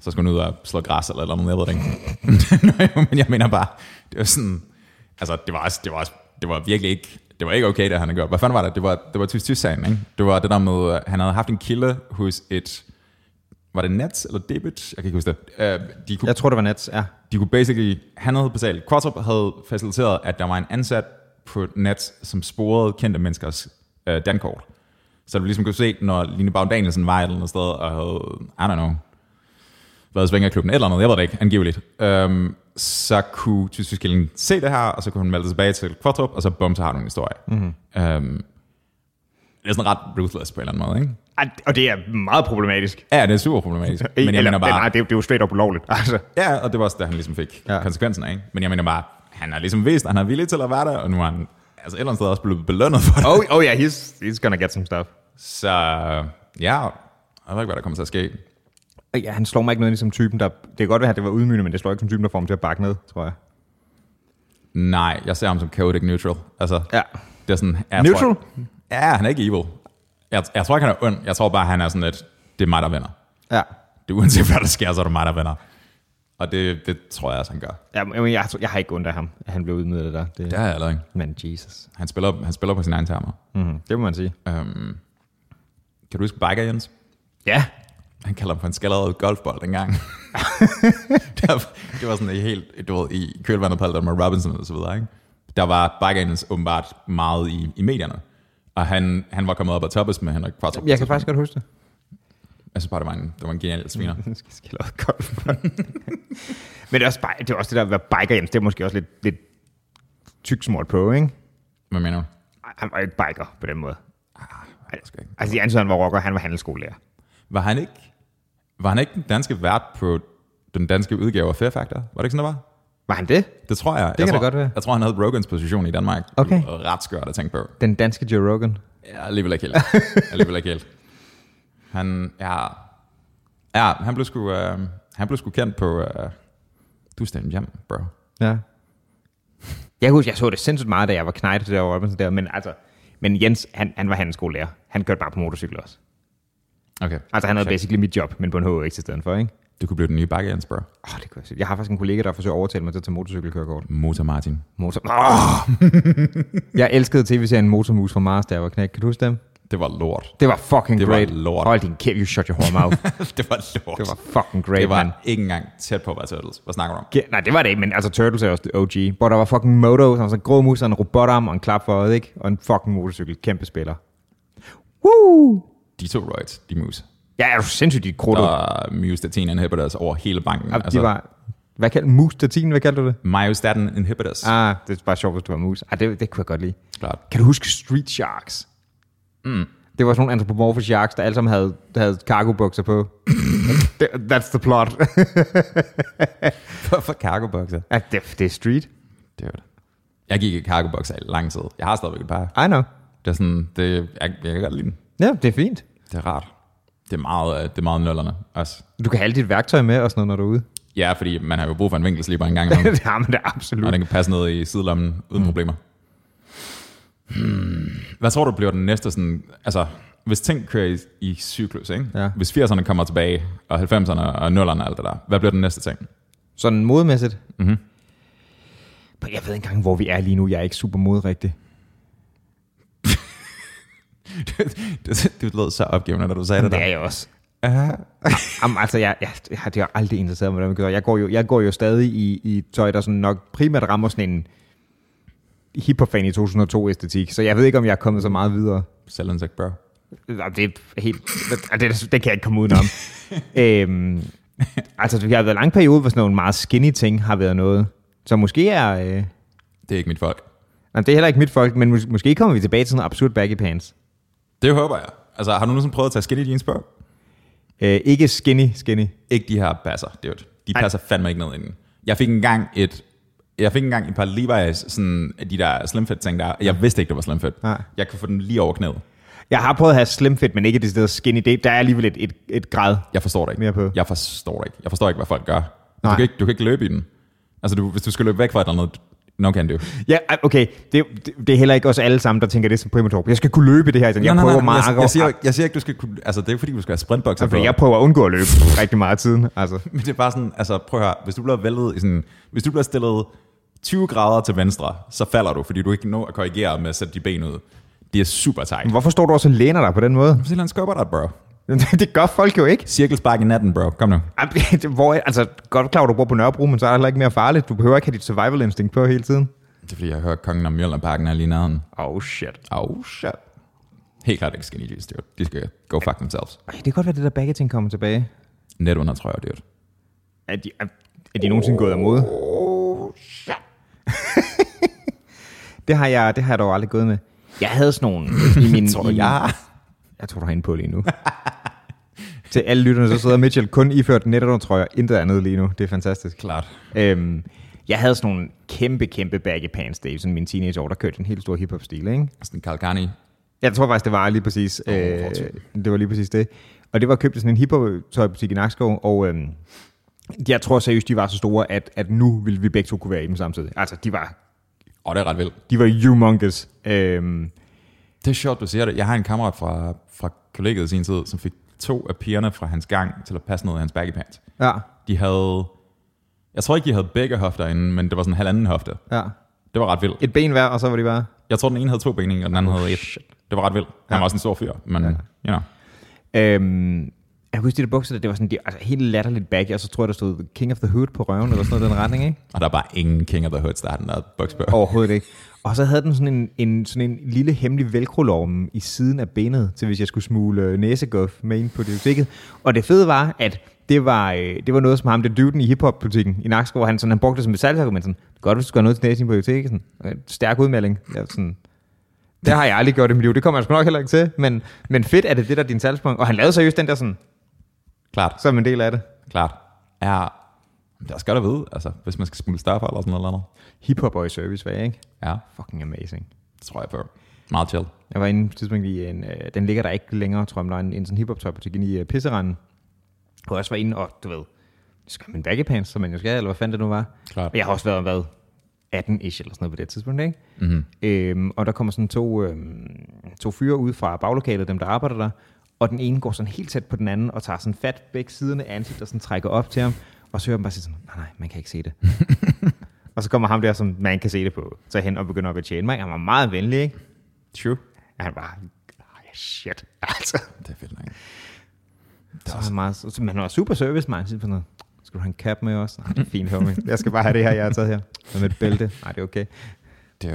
Så skulle han ud og slå græs eller et eller andet, jeg ved det ikke. Nå, jo, men jeg mener bare, det var sådan, altså, det var, også, det var, også, det var virkelig ikke, det var ikke okay, det han havde gjort. Hvad fanden var det? Det var, det var tysk tysk sagen ikke? Det var det der med, øh, han havde haft en kilde hos et, var det Nets eller Debit? Jeg kan ikke huske det. Øh, de kunne
Jeg tror, det var Nets, ja.
de kunne basically, han havde betalt, Kvartrup havde faciliteret, at der var en ansat på net, som sporede kendte menneskers øh, dankort. Så du ligesom kunne se, når Line Bag Danielsen var et eller andet sted, og havde, I don't know, været i Svingerklubben, et eller andet, jeg ved det ikke, angiveligt. Øhm, så kunne Tysk Killing se det her, og så kunne hun melde det tilbage til Kvartrup, og så bum, så har du en historie. Mm-hmm. Øhm, det er sådan ret ruthless på en eller anden måde, ikke?
Ej, Og det er meget problematisk.
Ja, det er super problematisk. men jeg
Eller-
mener bare,
Nej, det, er- det er jo straight up ulovligt. Altså.
Ja, og det var også, da han ligesom fik
Ja.
ja. konsekvensen af. Ikke? Men jeg mener bare, han har ligesom vist, at han er villig til at være der, og nu er han altså et eller andet sted også blevet belønnet for det.
Oh, oh yeah, he's, he's gonna get some stuff.
Så ja, jeg ved ikke, hvad der kommer til at ske.
Ja, han slår mig ikke noget ligesom typen, der... Det kan godt være, at det var ydmygende, men det slår ikke som typen, der får ham til at bakke ned, tror jeg.
Nej, jeg ser ham som chaotic neutral. Altså,
Ja.
det er sådan... Jeg
Neutral?
Tror, ja, han er ikke evil. Jeg, jeg tror ikke, han er ond. Jeg tror bare, han er sådan lidt, det er mig, der vinder.
Ja.
Det er uanset, hvad der sker, så er det mig, der vinder. Og det, det tror jeg også, han gør.
ja men jeg, tror- jeg har ikke ondt af ham, at han blev udmidlet af det der. Det,
Det har jeg heller ikke.
Men Jesus.
Han spiller, han spiller på sin egen termer.
Mm-hmm. Det må man sige.
Øhm, kan du huske Biker Jens?
Ja.
Han kalder dem for en skaldet golfbold dengang. det, var, det var sådan i helt, du ved, i kølvandet på alt det med Robinson og så videre, ikke? Der var Biker Jens åbenbart meget i, i medierne. Og han, han var kommet op og toppes med Henrik Kvartrup.
Jeg kan faktisk godt huske det.
Jeg synes bare, det var en, det var en genial sviner.
skal skille ud golf. men det er, også, bare- det er også det der at være biker, Jens. Det er måske også lidt, lidt tyksmålt på, ikke?
Hvad mener du?
Ej, Han var ikke biker på den måde.
Jeg skal ikke.
Altså, de antydede, han var rocker, han var handelsskolelærer.
Var han ikke, var han ikke den danske vært på den danske udgave af Fair Factor? Var det ikke sådan, det var?
Var han det?
Det tror jeg. Det jeg
kan
tror,
det godt være.
Jeg tror, han havde Brogans position i Danmark.
Okay.
Det var ret skørt at tænke på.
Den danske Joe Rogan.
Ja, alligevel ikke helt. alligevel ikke helt. Han, ja, ja, han blev sgu, øh, han blev sgu kendt på, øh, du stemte hjem, bro.
Ja. Jeg husker, jeg så det sindssygt meget, da jeg var knejt til det der Robinson der, men altså, men Jens, han, han var handelsskolelærer. Han kørte bare på motorcykel også.
Okay.
Altså, han havde basically mit job, men på en HX i stedet for, ikke?
Du kunne blive den nye bakke, Jens, bro.
Åh, oh, det kunne jeg sige. Jeg har faktisk en kollega, der forsøger at overtale mig til at tage motorcykelkørekort.
Motor Martin.
Motor... Oh! jeg elskede tv-serien Motormus fra Mars, da jeg var knæk. Kan du huske dem?
Det var lort.
Det var fucking
Det var
great.
lort.
Hold din kæft, you shut your whore mouth.
det var lort.
det var fucking great,
det
man.
var ikke engang tæt på at være Turtles. Hvad snakker du om?
Ge- Nej, det var det ikke, men altså Turtles er også OG. Hvor der var fucking Moto, som var sådan grå mus, og en robotarm, og en klap for øjet, ikke? Og en fucking motorcykel. Kæmpe spiller. Woo!
De to roids, de mus.
Ja, er du sindssygt, de krutter. Ja,
Der muse inhibitors over hele banken.
altså, de var... Hvad kaldte mus til tiden? Hvad kaldte du det?
Myostatin inhibitors. Ah.
Ah, det er bare sjovt, hvis du var mus. Ah, det, det kunne jeg godt lide.
Klart.
Kan du huske Street Sharks? Mm. Det var sådan nogle antropomorfe sharks, der alle sammen havde, havde cargo-bukser på. Det- That's the plot.
Hvorfor cargo-bokser?
ah, det, det er street.
Dude. Jeg gik i cargo-bokser i lang tid. Jeg har stadigvæk et par.
I know.
Det er sådan, det, jeg, jeg kan godt lide dem.
Ja, det er fint.
Det er rart. Det er meget, øh, det er meget nullerne også.
Du kan have alt dit værktøj med og sådan noget, når du er ude.
Ja, fordi man har jo brug for en vinkelsliber en gang imellem,
det har man da
og
absolut.
den kan passe ned i sidelommen uden mm. problemer. Hmm. Hvad tror du bliver den næste sådan, altså, hvis ting kører i, i cyklus, ikke?
Ja.
Hvis 80'erne kommer tilbage, og 90'erne og 0'erne og alt det der, hvad bliver den næste ting?
Sådan modmæssigt. Mm-hmm. Jeg ved ikke engang, hvor vi er lige nu. Jeg er ikke super modrigtig.
det, det lød så opgivende, da du sagde det
Det
der.
er jeg også. Uh-huh. Jamen, altså, jeg, jeg, jeg, har- det har aldrig interesseret mig, hvordan man gør. Jeg går jo, jeg går jo stadig i, i tøj, der sådan nok primært rammer sådan en hiphop-fan i 2002-æstetik, så jeg ved ikke, om jeg er kommet så meget videre.
Selvindsigt, bro.
Jamen, Det er helt... Det, det, det kan jeg ikke komme udenom. øhm, altså, vi har været en lang periode, hvor sådan nogle meget skinny ting har været noget. Så måske er... Øh,
Det er ikke mit folk.
nej, det er heller ikke mit folk, men mås- måske kommer vi tilbage til sådan noget absurd baggy pants.
Det håber jeg. Altså, har du nogensinde prøvet at tage skinny jeans på?
Øh, ikke skinny, skinny.
Ikke de her passer, det er det. De
Ej.
passer fandme ikke ned inden. Jeg fik engang et jeg fik engang et par Levi's, sådan de der slimfit ting der. Jeg vidste ikke, det var slimfit.
Nej.
Jeg kunne få den lige over knæet.
Jeg har prøvet at have slim fit, men ikke det sted skinny. Det, der er alligevel et, et, et grad.
Jeg forstår det ikke.
Mere på.
Jeg forstår det ikke. Jeg forstår ikke, hvad folk gør. Du
Nej.
kan, ikke, du kan ikke løbe i den. Altså, du, hvis du skal løbe væk fra et eller andet, no can do.
Ja, ej, okay. Det, det, det, er heller ikke os alle sammen, der tænker det som primatorp. Jeg skal kunne løbe i det her. Jeg prøver meget
jeg,
at-
jeg, siger, ikke- jeg siger ikke, du skal kunne... Altså, det er jo fordi, du skal have sprintbokser
fordi jeg prøver at undgå at løbe rigtig meget af tiden. Altså.
Men det er bare sådan, altså prøv at høre, hvis du bliver væltet i sådan, hvis du bliver stillet 20 grader til venstre, så falder du, fordi du ikke når at korrigere med at sætte de ben ud. Det er super tight.
Men Hvorfor står du også og læner dig på den måde?
Hvis han skubber dig, bro.
det gør folk jo ikke.
Cirkelspark i natten, bro. Kom nu.
Ej, det- Hvor, altså, godt klar, at du bor på Nørrebro, men så er det heller ikke mere farligt. Du behøver ikke have dit survival instinct på hele tiden.
Det er fordi, jeg hører kongen om Mjølnerparken er lige nærheden.
Oh shit.
Oh, shit. Helt klart ikke skinny jeans, dude. De skal go fuck themselves.
Ej, det kan godt være, det der baggeting kommer tilbage.
Net under trøjer, dude.
Er de, er, er de nogensinde gået af mode?
Oh, shit.
Det har jeg, det har jeg dog aldrig gået med. Jeg havde sådan nogle i min...
Tror du,
i-
jeg har?
Jeg tror, du har inde på lige nu. Til alle lytterne, så sidder Mitchell kun iført netundertrøjer, intet andet lige nu. Det er fantastisk.
Klart.
Øhm, Jeg havde sådan nogle kæmpe, kæmpe baggy pants, Dave, sådan min teenageår, der kørte en helt stor hiphop-stil, ikke?
Sådan Karl Garni.
Jeg tror faktisk, det var lige præcis,
Åh,
øh,
fortryk.
det var lige præcis det. Og det var købt i sådan en hiphop-tøjbutik i Nakskov, og øh, jeg tror seriøst, de var så store, at, at nu ville vi begge to kunne være i dem samtidig. Altså, de var,
Og det er ret vildt.
de var humongous. Øh,
Det er sjovt, du siger det. Jeg har en kammerat fra, fra kollegiet i sin tid, som fik to af pigerne fra hans gang til at passe ned i hans baggy pants.
ja,
De havde... Jeg tror ikke, de havde begge hofter inden, men det var sådan en halvanden hofte.
ja.
Det var ret vildt.
Et ben hver, og så var de bare...
Jeg tror, den ene havde to beninger, og den anden havde et. Det var ret vildt. Han var også en stor fyr, men you know.
Øhm, jeg kan huske, de der bukser, der, det var sådan de, altså, helt latterligt baggy, og så tror jeg, der stod King of the Hood på røven, eller sådan noget i den retning, ikke?
Og der er bare ingen King of the Hoods, der har den der buks på.
Overhovedet ikke. Og så havde den sådan en, en, sådan en lille hemmelig velcro-lomme i siden af benet, til hvis jeg skulle smule øh, næseguff med ind på biblioteket. Og det fede var, at det var, øh, det var noget, som ham, den duden i hiphop-butikken i Nakskov, han, sådan, han brugte det som et salgsargument. Sådan, godt, hvis du skal have noget til næsen på biblioteket. Sådan, "Øh, stærk udmelding. Ja, sådan, det har jeg aldrig gjort i mit liv. Det kommer jeg sgu nok heller ikke til. Men, men fedt er det, det der er din salgspunkt. Og han lavede seriøst den der sådan,
Klart,
som en del af det.
klart. Er, det er også godt at vide, altså, hvis man skal smule stoffer eller sådan noget eller andet.
Hiphop og i servicefag, ikke?
Ja,
Fucking amazing.
det tror jeg på. Meget chill.
Jeg var inde på et tidspunkt i en, øh, den ligger der ikke længere, tror jeg, end en sådan hiphop tøjbutik inde i øh, Pisseranden. Hvor jeg også var inde, og du ved, skal man baggy pants, som man jo skal, eller hvad fanden det nu var.
Klart.
Og jeg har også været, hvad, 18-ish eller sådan noget på det tidspunkt, ikke?
Mm-hmm.
Øhm, og der kommer sådan to, øhm, to fyre ud fra baglokalet, dem der arbejder der, og den ene går sådan helt tæt på den anden, og tager sådan fat begge siderne af ansigtet, og sådan trækker op til ham, og så hører man bare sige sådan, nej, nej, man kan ikke se det. og så kommer ham der, som man kan se det på, så hen og begynder at betjene mig. Han var meget venlig, ikke?
True.
Han var, nej, shit, altså.
Det er fedt nok.
Så var han meget, så, men han var super service, man. Sådan noget, skal du have en cap med også? Nej, det er fint, homie. Jeg skal bare have det her, jeg har taget her. Med et bælte. Nej, det er okay.
Dude.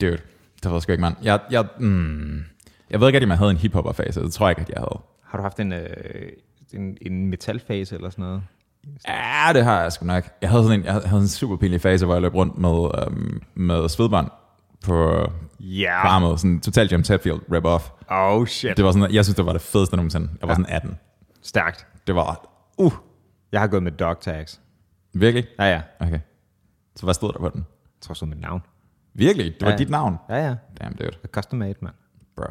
Dude. Det ved jeg sgu ikke, mand. Jeg, jeg, mm, jeg ved ikke, at jeg havde en hiphopper-fase. Det tror jeg ikke, at jeg havde.
Har du haft en, øh, en, en metalfase eller sådan noget?
Ja, det har jeg sgu nok. Jeg havde sådan en, jeg havde en super pinlig fase, hvor jeg løb rundt med, øhm, med svedbånd på, på
Ja.
armet. Sådan total James Hetfield rap off.
Yeah. Oh shit.
Det var sådan, jeg synes, det var det fedeste nogensinde. Jeg var
Ja.
sådan 18.
Stærkt.
Det var, uh,
Jeg har gået med dog tags.
virkelig?
Ja, ja.
Okay. Så hvad stod der på den?
Jeg tror så mit navn.
Virkelig? Det var
Ja.
dit navn?
Ja, ja.
Damn, dude.
Det er custom made, mand.
Bro.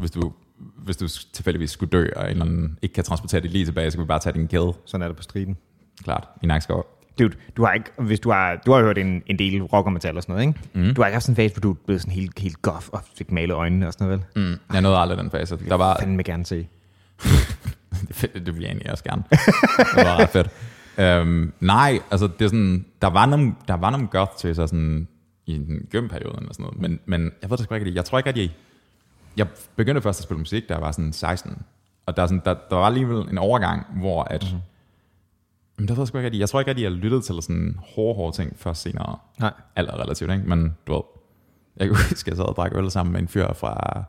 Hvis du, hvis du tilfældigvis skulle dø, og en eller anden ikke kan transportere dit lige tilbage, så kan vi bare tage din kæde.
Sådan er det på striden.
Klart. I Nakskov.
Dude, du har ikke, hvis du har, du har hørt en, en del rock og metal og sådan noget, ikke? Mm. Du har ikke haft sådan en fase, hvor du er blevet sådan helt, helt goth og fik malet øjnene og sådan noget, vel? Mm.
Jeg nåede aldrig den fase. Der var,
Fanden vil gerne se.
det, fedt, det ville jeg egentlig også gerne. Det var ret fedt. Øhm, nej, altså det er sådan, der var nogle, der var nogle goth til sig sådan i en gymperiode eller sådan noget, men, men jeg ved det sgu ikke, rigtig. jeg tror ikke, at jeg, jeg begyndte først at spille musik, da jeg var sådan 16, og der, er sådan, der, der var alligevel en overgang, hvor at, mm-hmm. men der ved jeg sgu ikke, rigtig. jeg tror ikke, at jeg lyttede til sådan hårde, hårde ting først senere,
Nej.
alt er relativt, ikke? men du ved, jeg kan huske, jeg sad og drak øl sammen med en fyr fra,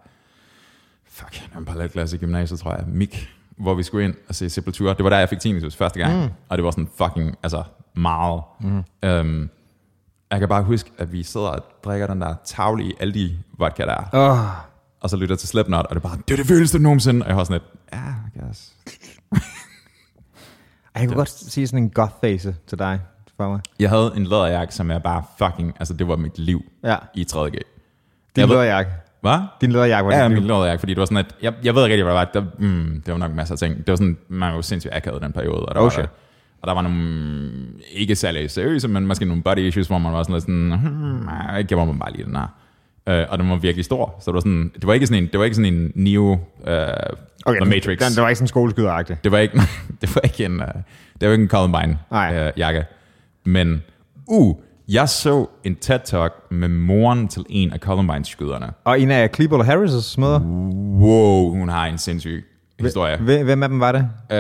fuck, han var en balletklasse i gymnasiet, tror jeg, Mik, hvor vi skulle ind og se Sepultura. Det var der, jeg fik tinnitus første gang, mm. og det var sådan fucking, altså meget. Mm. Øhm, jeg kan bare huske, at vi sidder og drikker den der tavlige Aldi vodka der,
Åh, oh,
og så lytter til Slipknot, og det er bare, det er det vildeste nogensinde, og jeg har sådan et, ja, yeah, I guess.
jeg kunne godt sige sådan en goth-fase til dig, for mig.
Jeg havde en læderjakke, som jeg bare fucking, altså det var mit liv
Ja,
i 3.G.
din
Jeg ved-
løderjakke.
Hvad?
Din løderjakke var
Ja,
dit
min
liv.
lodderjakke, fordi det var sådan, at jeg, jeg ved ikke rigtig, hvad der var. Der, mm, det var nok masser af ting. Det var sådan, man var jo sindssygt akavet i den periode. Og der,
Oh,
var
shit.
der, og der var nogle, ikke særlig seriøse, men måske nogle body issues, hvor man var sådan lidt sådan, hmm, nej, jeg gemmer mig bare lige den her. Øh, og den var virkelig stor, så det var sådan, det var ikke sådan en, det var ikke sådan en Neo, øh, okay, The
den-
Matrix.
Den, det var ikke sådan skoleskyderagtig.
Det var ikke, det var ikke en, øh, det var ikke en Columbine
Nej.
øh, jakke. Men, uh, jeg så en TED-talk med moren til en af Columbine-skyderne.
Og en af Cleveland Harris' møder.
Wow, hun har en sindssyg historie.
Hvem, hvem af dem var det?
Øh,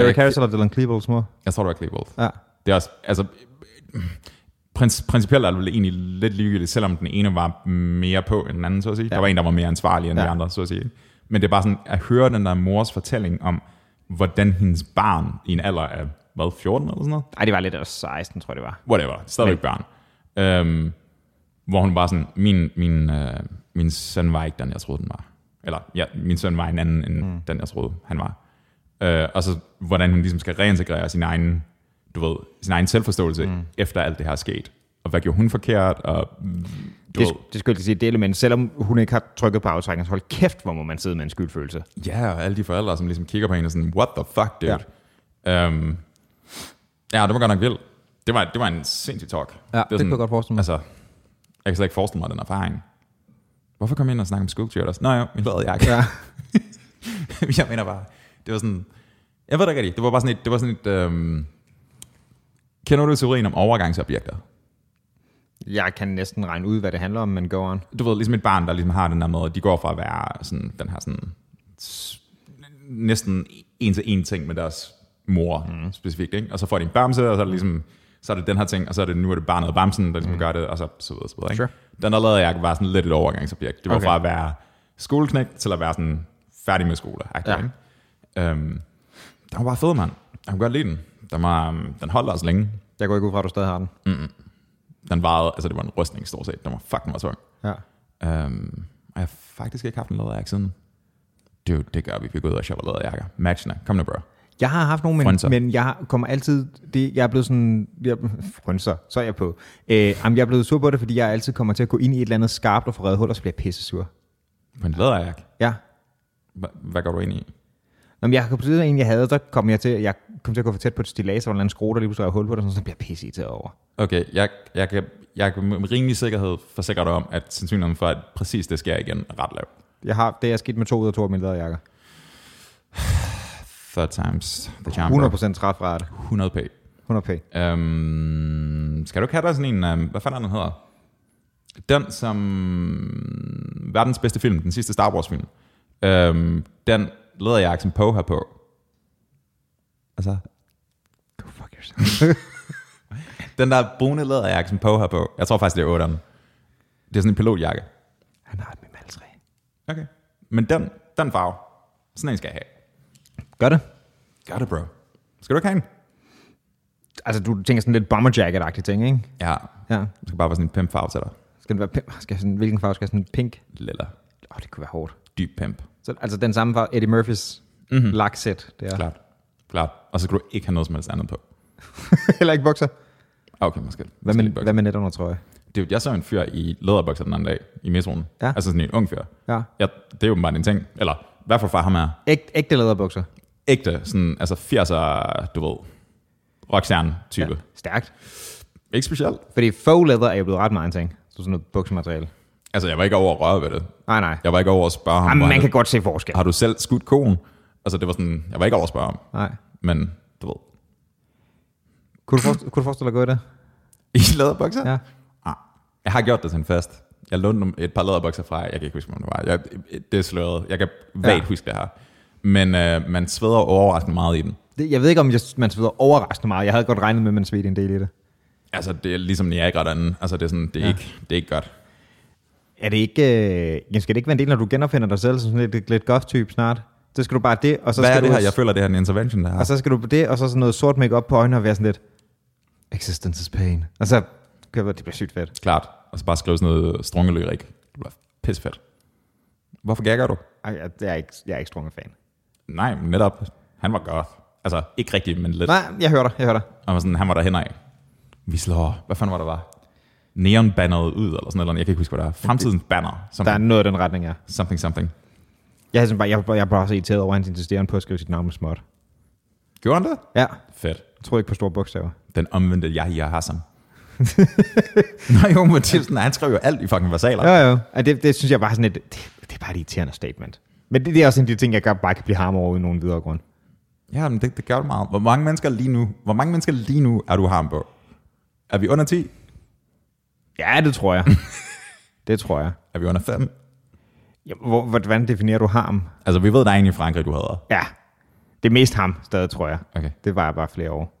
Eric Harris eller Dylan Clevelands mor?
Jeg tror, det var Cleveland.
Ja.
Det er også, altså, prins, principielt er det vel egentlig lidt ligegyldigt, selvom den ene var mere på end den anden, så at sige. Ja. Der var en, der var mere ansvarlig end ja.
Ja.
de andre, så at sige. Men det er bare sådan, at høre den der mors fortælling om, hvordan hendes barn i en alder af, hvad, 14 eller sådan noget?
Ej, det var lidt af 16, tror jeg, det var.
whatever, stadigvæk børn. Øhm, hvor hun bare sådan, min, min, øh, min søn var ikke den, jeg troede, den var. Eller, ja, min søn var en anden, end mm. den, jeg troede, han var. Øh, og så, hvordan hun ligesom skal reintegrere sin egen du ved, sin egen selvforståelse, mm. efter alt det her er sket. Og hvad gjorde hun forkert, og mm, du
Det,
ved,
det skulle jeg lige sige, det element, selvom hun ikke har trykket på aftrækkeren, så hold kæft, hvor må man sidde med en skyldfølelse.
Ja, og alle de forældre, som ligesom kigger på en og sådan, what the fuck, dude? Ja, um, ja det var godt nok vildt. Det var, det var en sindssyg talk.
Ja,
var
det kunne jeg godt forestille mig.
Altså, jeg kan slet ikke forestille mig den erfaring. Hvorfor kom jeg ind og snakke om skulptures? Nå jo, min lade jakke.
Ja.
jeg mener bare, det var sådan, jeg ved det ikke rigtigt, det var bare sådan et, det var sådan et, øhm, kender du teorien om overgangsobjekter?
Jeg kan næsten regne ud, hvad det handler om, men go on.
du ved, ligesom et barn, der ligesom har den der måde, de går fra at være sådan, den her sådan, s- næsten en til en ting med deres mor
Mhm.
mm. specifikt, ikke? og så får de en bamse, og så er det ligesom, så er det den her ting, og så er det nu er det barnet og bamsen, der ligesom mm. gør det, og så, så videre, så videre. Ikke?
Mhm. Sure.
Den der lavede jeg var sådan lidt et overgangsobjekt. Det var
Okay.
okay. fra at være skoleknægt til at være sådan færdig med skole.
Ja.
Ja. Øhm, den var bare fed, mand. Jeg kunne godt lide den. Den, var, øhm, den holdt os længe.
Jeg går ikke ud fra, at du stadig har den.
Den varede, altså det var en rustning stort set. Den var fucking meget tung.
Ja.
Um, og jeg har faktisk ikke haft en læderjakke siden. Dude, det gør vi. Vi går ud og shopper læderjakker. Matchende. Kom nu, bro.
Jeg har haft nogle, men,
Frønser.
men jeg har- kommer altid... Det, jeg er blevet sådan... Jeg, frønser, så er jeg på. Øh, jamen, jeg er blevet sur på det, fordi jeg altid kommer til at gå ind i et eller andet skarpt og få reddet hul, og så bliver jeg pisse sur.
På en læderjakke.
Ja.
Hva- Hvad går du ind i?
Når jeg kom til en, jeg havde, så kom jeg til, jeg kom til at gå for tæt på et stilas, så var der en eller anden skrue, der lige pludselig havde hul på det, og sådan, så bliver jeg pisse irriteret over.
Okay, jeg, jeg, kan, jeg kan med rimelig sikkerhed forsikre dig om, at sandsynligheden for, at præcis det sker igen, er ret lav.
Jeg har, det er sket med to ud af to af mine læderjakker.
Third times the charm, 100
100% træfrate.
100 p.
100 p.
Um, skal du ikke have dig sådan en, um, hvad fanden er den hedder? Den som, verdens bedste film, den sidste Star Wars film, um, den læderjakke, som Poe har på. Altså,
Go fuck yourself.
Den der brune læderjakke, som Poe har på. Jeg tror faktisk, det er 8'eren. Det er sådan en pilotjakke.
Han har et med alle tre.
Okay. Men den, den farve, sådan en skal jeg have.
Gør det?
Gør det, bro. Skal du ikke have en?
Altså, du tænker sådan lidt bomber jacket-agtig ting, ikke?
Ja.
Ja.
Det skal bare være sådan en pimp farve til dig.
Skal den være pimp? Skal jeg sådan, hvilken farve skal jeg sådan pink?
Lilla.
Åh, oh, det kunne være hårdt.
Dyb pimp.
Så, altså den samme farve, Eddie Murphys mm-hmm. laksæt. Der.
Mhm. Klart. Klart. Og så skal du ikke have noget som helst andet på.
Heller ikke bukser.
Okay, måske.
Hvad
måske
med,
lidt bukser.
hvad med net under trøje?
Dude, jeg så en fyr i læderbukser den anden dag i metroen.
Ja.
Altså sådan en ung fyr.
Ja.
Ja, det er jo bare en ting. Eller hvad for far ham er
Æg, ægte læderbukser.
ægte, sådan, altså 80'er, du ved, rockstjerne-type. Ja.
Stærkt.
Ikke specielt.
Fordi faux leather er jo blevet ret meget en ting. Så sådan noget buksemateriale.
Altså, jeg var ikke over at røre ved det.
Nej, nej.
Jeg var ikke over at spørge ham,
Jamen,
hvor Ah.
man
han-
kan godt se forskel.
har du selv skudt konen? Altså, det var sådan, jeg var ikke over at spørge ham,
Nej.
men du ved.
Kunne du, forestille, kunne du forestille dig at gå i det?
I læderbukser?
Ja.
Ah, jeg har gjort det til en fest. Jeg lånte nogle- et par læderbukser fra, jeg kan ikke huske, om det var. Jeg, det er sløret. Jeg kan vagt
Ja.
huske det her. Men øh, man sveder overraskende meget i dem.
det? Jeg ved ikke, om jeg, man sveder overraskende meget. Jeg havde godt regnet med, at man svedte en del i det.
Altså, det er ligesom Niagara-danden. Altså, det er, sådan, det er, ja. ikke, det er ikke godt.
Er det ikke... Øh, jamen, skal det ikke være en del, når du genopfinder dig selv som sådan lidt, lidt goth-type snart? Så skal du bare det, og så
Så Hvad
skal
er det
du
her? Jeg føler, det her er en intervention, der
Og
altså,
så skal du på det, og så sådan noget sort makeup på øjnene og være sådan lidt, existence is pain. Og så kan det bliver sygt fedt.
Klart. Og så bare skrive sådan noget strungelyrik. Det var pissefedt. Hvorfor gagger du?
Ej, jeg, jeg, er ikke, jeg er ikke strunge fan.
Nej, men netop. Han var godt. Altså, ikke rigtigt, men lidt.
Nej, jeg hører dig, jeg hører dig.
Og man sådan, han var der henad. Vi slår, hvad fanden var det var? Neonbanneret ud, eller sådan noget. Jeg kan ikke huske, hvad det er. Fremtidens banner.
Der er
Something,
noget i den retning, ja.
something, something.
Jeg er, simpelthen bare, jeg, er bare- jeg er bare så irriteret over, at hans insisterende på at skrive sit navn med småt.
Gjorde han det?
Ja,
Fedt.
jeg tror ikke på store bogstaver.
Den omvendte Yahya Hassan. Nej, jo, Mathilsen, han skrev jo alt i fucking versaler.
Jo,
Ja.
jo. Og det, det synes jeg bare sådan et, det, det er bare et irriterende statement. Men det, det er også en af de ting, jeg gør, bare kan blive ham over uden nogen videre grund.
ja, men det, det gør det meget. Hvor mange mennesker lige nu, hvor mange mennesker lige nu er du ham på? Er vi under 10?
Ja, det tror jeg. det tror jeg.
Er vi under 5?
Ja, Hvor, hvordan definerer du ham?
Altså, vi ved, der er en i Frankrig, du hader.
Ja, det er mest ham stadig, tror jeg.
Okay.
Det var jeg bare flere år.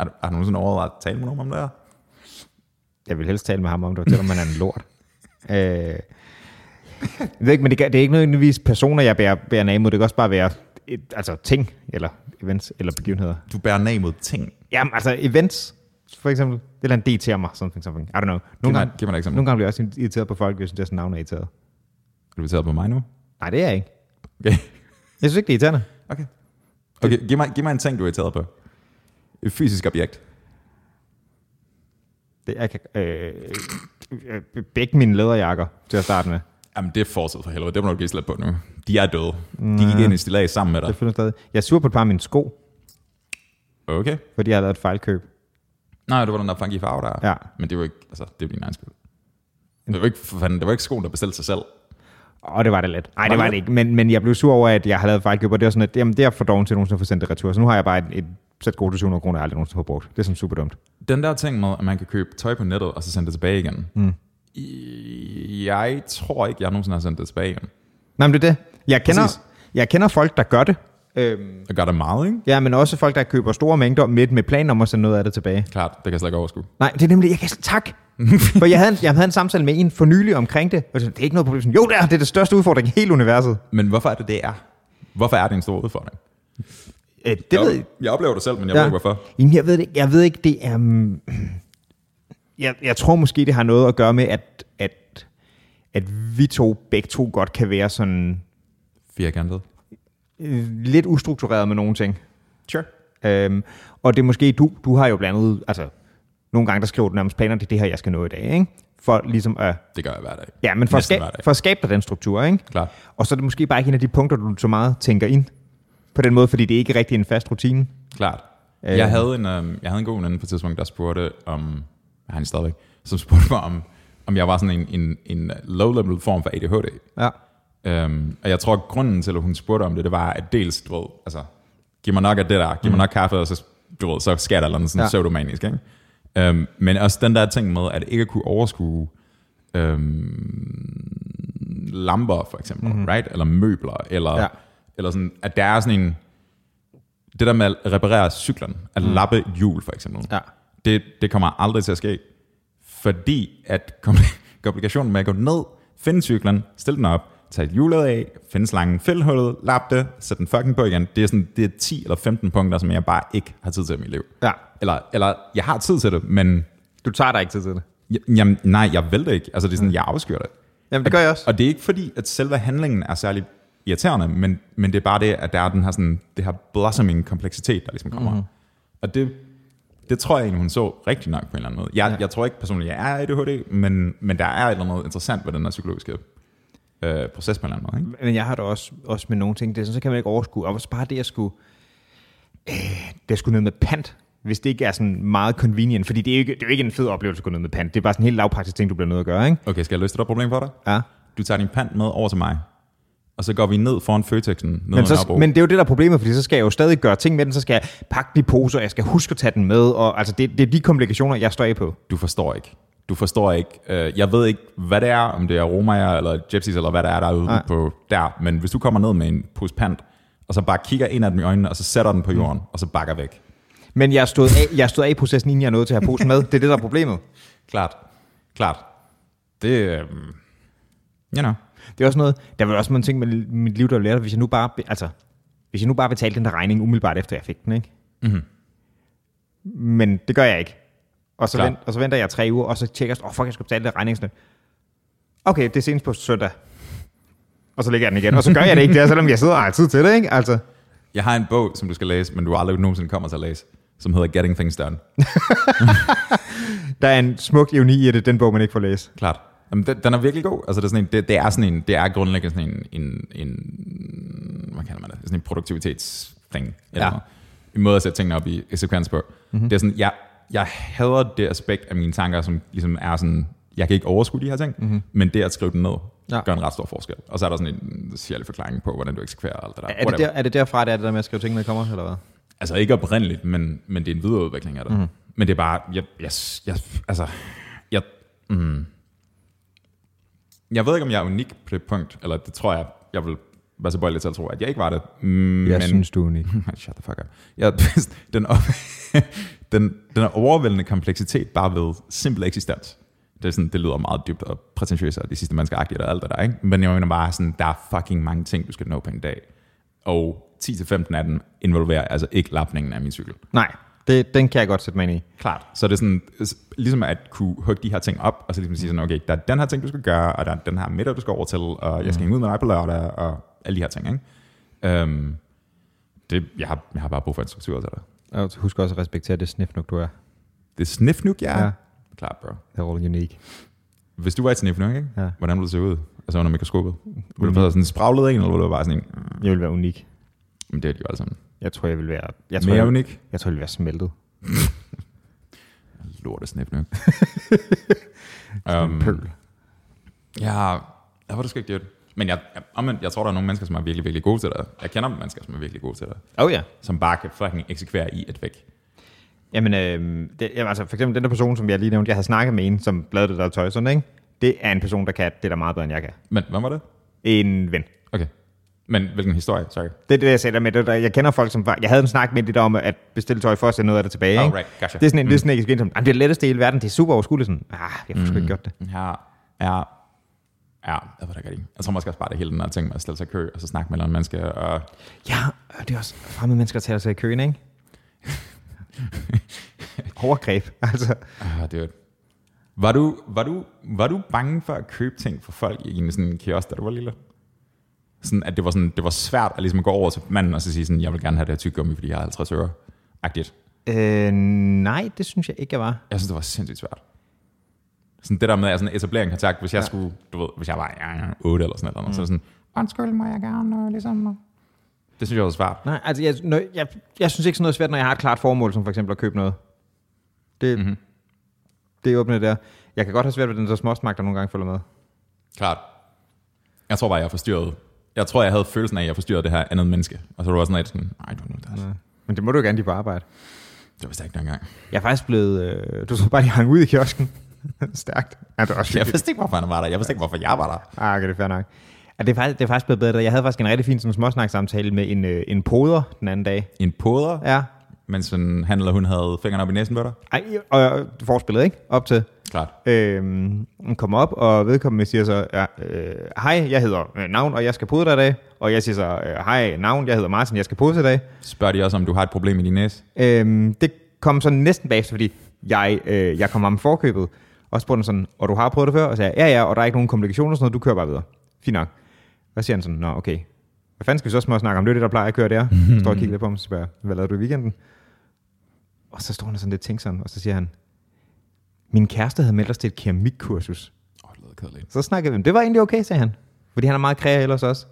Er du, er du nogensinde overvejet at tale med nogen om det her?
jeg vil helst tale med ham om det, selvom man er en lort. øh, jeg ved ikke, men det, kan- det er ikke nødvendigvis personer, jeg bærer, bærer nag mod. Det kan også bare være et, altså ting, eller events, eller begivenheder.
Du bærer nag mod ting.
Jamen, altså events, for eksempel. Eller en DT'er mig, something, something. I don't know.
Giv mig,
Nogle, gange,
giv mig et eksempel.
nogle gange bliver jeg også irriteret på folk, hvis jeg synes, deres navn er irriteret.
Er du irriteret på mig nu?
Nej, det er jeg ikke.
Okay.
Jeg synes ikke, det er irriterende.
Okay. Okay, giv mig, giv mig en ting, du er irriteret på. Et fysisk objekt.
Det, jeg kan, øh, øh, begge mine læderjakker til at starte med.
Jamen, det er fortsat for helvede. Det må du ikke slippe på nu. De er døde. De gik ind i stillaget sammen med
Det
dig.
finder stadig. Jeg er sur på et par af mine sko,
Okay.
fordi jeg har lavet et fejlkøb.
Nej, det var den der funky farve der.
Ja.
Men det var ikke, altså, det var din egen skyld. Det var ikke, for fanden, det var ikke skoen, der bestilte sig selv.
Og det var det lidt.
Var
Nej, det var
det
det ikke. Men, men jeg blev sur over, at jeg har lavet et fejlkøb, og det er sådan, at jamen, det er jeg for doven til nogensinde at få sendt det retur. Så nu har jeg bare et, et sæt gode til 700 kroner, jeg aldrig nogensinde har brugt. Det er sådan super dumt.
Den der ting med, at man kan købe tøj på nettet, og så sende det tilbage igen. Mm. Jeg tror ikke, jeg nogensinde har sendt det tilbage igen.
Nej, men det er det. Jeg kender,
Præcis.
jeg kender folk, der gør det. Øhm,
Jeg gør det meget, ikke?
ja, men også folk, der køber store mængder midt med planen om at sende noget af det tilbage.
Klart, det kan jeg slet ikke overskue.
Nej, det er nemlig, jeg kan tak. For jeg havde, en, jeg havde en samtale med en for nylig omkring det, og jeg sagde, det er ikke noget problem. Sådan, Jo, det er, det er det største udfordring i hele universet.
Men hvorfor er det, det er? Hvorfor er det en stor udfordring?
Øh, det ved
jeg, jeg oplever det selv, men jeg ja. ved ikke, hvorfor.
Jamen, jeg ved det ikke. Jeg ved ikke, det er... mm, Jeg, jeg tror måske, det har noget at gøre med, at, at, at vi to, begge to, godt kan være sådan
Firkantet.
øh, lidt ustruktureret med nogle ting.
Sure.
Øhm, og det er måske, du, du har jo blandt andet, altså, nogle gange, der skriver du nærmest planer, det er det her, jeg skal nå i dag, ikke? For ligesom at,
Det gør jeg hver dag.
ja, men for at,
Næsten
skabe,
hver dag.
for at skabe dig den struktur, ikke?
Klart.
Og så er det måske bare ikke en af de punkter, du så meget tænker ind på den måde, fordi det ikke er rigtig en fast rutine.
Klart.
Øh.
Øh. Jeg, havde en, øh, jeg havde en god veninde på et tidspunkt, der spurgte om, han er stadigvæk, som spurgte mig om, om jeg var sådan en, en, en low-level form for ADHD.
Ja.
Øhm, og jeg tror, at grunden til, at hun spurgte om det, det var, at dels, du ved, altså, giv mig nok af det der, giv mig nok kaffe, og så, du ved, så sker der et eller andet sådan
Mm. Ja.
ja. pseudomanisk, ikke? Øhm, men også den der ting med, at ikke at kunne overskue øhm, lamper, for eksempel, mm-hmm. right? Eller møbler, eller,
Mhm. Ja.
ja. eller sådan, at der er sådan en, det der med at reparere cyklen, at mm. lappe et hjul, for eksempel,
Ja.
det, det kommer aldrig til at ske, fordi at kompl- komplikationen med at gå ned, finde cyklen, stille den op, tage et hjulet af, finde slangen, fælde hullet, lap det, sæt den fucking på igen. Det er sådan, det er 10 eller 15 punkter, som jeg bare ikke har tid til i mit liv.
Ja.
Eller, eller jeg har tid til det, men
Du tager dig ikke tid til det.
j- jamen, nej, jeg vil det ikke. Altså det er sådan, jeg afskyr det.
Jamen, det gør jeg også.
Og det er ikke fordi, at selve handlingen er særlig irriterende, men, men det er bare det, at der er den her, sådan, det her blossoming kompleksitet, der ligesom kommer. Mm-hmm. Og det, det tror jeg egentlig, hun så rigtig nok på en eller anden måde. Jeg, ja. jeg tror ikke personligt, jeg er ADHD, men, men der er et eller andet interessant ved den her psykologiske øh, proces på en eller anden måde. Ikke?
Men jeg har det også, også med nogle ting. Det er sådan, så kan man ikke overskue. Og også bare det, at skulle, øh, det at skulle ned med pant, hvis det ikke er sådan meget convenient. Fordi det er, jo ikke, det er jo ikke en fed oplevelse at gå ned med pant. Det er bare sådan en helt lavpraktisk ting, du bliver nødt til at gøre, ikke?
Okay, skal jeg løse det der problem for dig?
Ja.
Du tager din pant med over til mig, og så går vi ned foran Føtexen, ned
Men,
men,
så, men det er jo det, der er problemet, fordi så skal jeg jo stadig gøre ting med den. Så skal jeg pakke de poser, jeg skal huske at tage den med. Og altså, det, det er de komplikationer, jeg står af på.
du forstår ikke. Du forstår ikke. Øh, jeg ved ikke, hvad det er, om det er romager eller gypsies, eller hvad der er derude
Nej.
Nej. på der. Men hvis du kommer ned med en pose pant, og så bare kigger ind af dem i øjnene, og så sætter den på jorden, og så bakker væk.
Men jeg stod af, jeg stod af i processen, inden jeg nåede til at have posen med. Det er det, der er problemet.
Klart. Klart. Det, øh, you know.
Det er også noget, der var også nogle ting med mit liv, der lærte, hvis jeg nu bare, be- altså, hvis jeg nu bare betalte den der regning umiddelbart efter, jeg fik den, ikke?
Mhm.
Mm-hmm. Men det gør jeg ikke. Og så,
Klart.
vent, og så venter jeg tre uger, og så tjekker jeg, åh, oh, fuck, jeg skal betale den der regning. Sådan, okay, det er senest på søndag. Og så lægger jeg den igen, og så gør jeg det ikke der, selvom jeg sidder og har tid til det, ikke? Altså,
Jeg har en bog, som du skal læse, men du aldrig nogensinde kommer til at læse, som hedder Getting Things Done.
der er en smuk ironi i det, den bog, man ikke får læst.
Klart. Jamen, den, den er virkelig god. Altså, det, er sådan en, det, det, er sådan en, det er grundlæggende sådan en, en, en hvad kalder man det? Sådan en produktivitetsting. Eller
Ja.
ja. noget. En måde at sætte tingene op i, i sekvens på. Mm-hmm. Det er sådan, jeg, jeg hader det aspekt af mine tanker, som ligesom er sådan, jeg kan ikke overskue de her ting, mm-hmm. men det at skrive dem ned,
Ja.
ja. gør en ret stor forskel. Og så er der sådan en sjældig forklaring på, hvordan du eksekverer og alt det der.
Er det, der,
Whatever.
er det derfra, det er det der med at skrive ting, der kommer, eller hvad?
Altså ikke oprindeligt, men, men det er en videreudvikling af det. Mm. Men det er bare, jeg, jeg, jeg altså, jeg, mm. jeg ved ikke, om jeg er unik på det punkt, eller det tror jeg, jeg vil være så bøjelig til at tro, at jeg ikke var det. Mm, men,
du er unik.
Shut the fuck up. Jeg, den, op, den, den er overvældende kompleksitet bare ved simpel eksistens. Det, er sådan, det lyder meget dybt og prætentiøst, og det sidste, man skal agere og alt det der, ikke? Men jeg mener bare, sådan, der er fucking mange ting, du skal nå på en dag. Og 10-15 af dem involverer altså ikke lapningen af min cykel.
Nej, det, den kan jeg godt sætte mig ind i.
Klart. Så det er sådan, s- ligesom at kunne hugge de her ting op, og så ligesom sige sådan, okay, der er den her ting, du skal gøre, og der er den her middag, du skal over til, og jeg skal hænge ud med dig på lørdag, og alle de her ting, ikke? Øhm, det, jeg, har, jeg har bare brug for en struktur til det.
Og husk også at respektere det snifnuk, du er.
Det er snifnuk, jeg er.
Ja.
Ja. Klart, bro.
They're all unique.
Hvis du var et snifnuk, ikke?
Ja. Mm.
Hvordan ville du se ud? Altså under mikroskopet. Ville du være sådan en spraglet en, eller ville du være bare sådan en? "Mm,
Jeg vil være unik.
Men det er de jo alle sammen.
Jeg tror, jeg vil være... Jeg
Jeg
tror,
Mere
jeg,
unik.
jeg tror, jeg vil være smeltet.
Lort af snifnuk.
Um,
um,
Pøl.
ja, der var du sgu ikke det. Men jeg, jeg, omvendt, jeg tror, der er nogle mennesker, som er virkelig, virkelig gode til det. Jeg kender mennesker, som er virkelig gode til det.
Åh oh, ja.
Som bare kan fucking eksekvere i et væk.
Jamen, øh, det, jamen, altså for eksempel den der person, som jeg lige nævnte, jeg havde snakket med en, som bladede det der tøj sådan, ikke? Det er en person, der kan det der meget bedre, end jeg kan.
Men hvad var det?
En ven.
Okay. Men hvilken historie? Sorry.
Det er det, jeg sagde der med, det der, jeg kender folk, som var, jeg havde en snak med det der om at bestille tøj for at sende noget af det tilbage.
Oh,
ikke?
right. Gotcha.
Det er sådan en, mm. det er sådan en, som, "Jamen, det er det letteste i hele verden, det er super overskueligt. Sådan, ah, jeg har sgu ikke gjort det.
Ja, ja, ja, jeg ved det godt ikke. Jeg tror måske også bare, det er hele den her ting med at stille sig i kø, og så snakke med en eller anden menneske, og
Ja, og det er også fremmede mennesker, der tager sig i køen, ikke? Overgreb, altså.
ah, det er jo- var du, var, du, var du bange for at købe ting for folk i en sådan kiosk, da du var lille? Sådan, at det var, sådan, det var svært at ligesom gå over til manden og så sige sådan, jeg vil gerne have det her tyggegummi, fordi jeg har 50 øre. Agtigt.
Øh, nej, det synes jeg ikke, jeg var.
Jeg synes, det var sindssygt svært. Sådan det der med at sådan etablere en kontakt, hvis jeg ja. skulle, du ved, hvis jeg var ja, ja, 8 eller sådan noget, mm. så er det sådan, undskyld, må jeg gerne, øh, ligesom. øh." Det synes jeg var svært.
Nej, altså jeg, nø, jeg, jeg synes ikke sådan noget er svært, når jeg har et klart formål, som for eksempel at købe noget. Det,
Mhm.
mm-hmm. det åbner der. Jeg kan godt have svært ved den der småsmag, der nogle gange følger med.
Klart. Jeg tror bare, jeg forstyrrede. Jeg tror, jeg havde følelsen af, at jeg forstyrrede det her andet menneske. Og så var det sådan lidt sådan, nej, du nu, det,
Ja. Men det må du jo gerne lige på arbejde.
det vidste jeg ikke dengang.
Jeg er faktisk blevet... Øh, du så bare, at jeg hang ud i kiosken. Stærkt. Ja, det er også
Jeg vidste ikke, hvorfor han var der. Jeg vidste ikke, hvorfor jeg var der.
Ah, okay, det er fair nok. Ja, det, er faktisk, det er faktisk blevet bedre. Jeg havde faktisk en rigtig fin sådan, småsnak-samtale med en, øh, en poder den anden dag.
En poder, ja.
Ja.
mens sådan, han eller hun havde fingrene op i næsen ved dig.
Ej, og forspillet, ikke? Op til.
Klart.
Øhm, hun kommer op, og vedkommende siger så, ja, øh, hej, jeg hedder øh, Navn, og jeg skal podre dig i dag. Og jeg siger så, øh, hej Navn, jeg hedder Martin, jeg skal podre i dag.
Spørger de også, om du har et problem i din næse?
Øhm, det kom så næsten bagefter, fordi jeg, øh, jeg kom ham forkøbet, og spurgte han sådan, og du har prøvet det før? Og sagde, jeg, ja, ja, og der er ikke nogen komplikationer og sådan noget, du kører bare videre. Fint nok. Og så siger han sådan, nå, okay. Hvad fanden skal vi så små snakke om? Det er det, der plejer at køre der. Så står og kigger lidt på ham, og så spørger jeg, hvad lavede du i weekenden? Og så står han sådan lidt tænksom, og så siger han, min kæreste havde meldt os til et keramikkursus.
Åh, oh, det lyder kedeligt.
Så snakkede vi om, det var egentlig okay, sagde han. Fordi han er meget kreativ ellers også.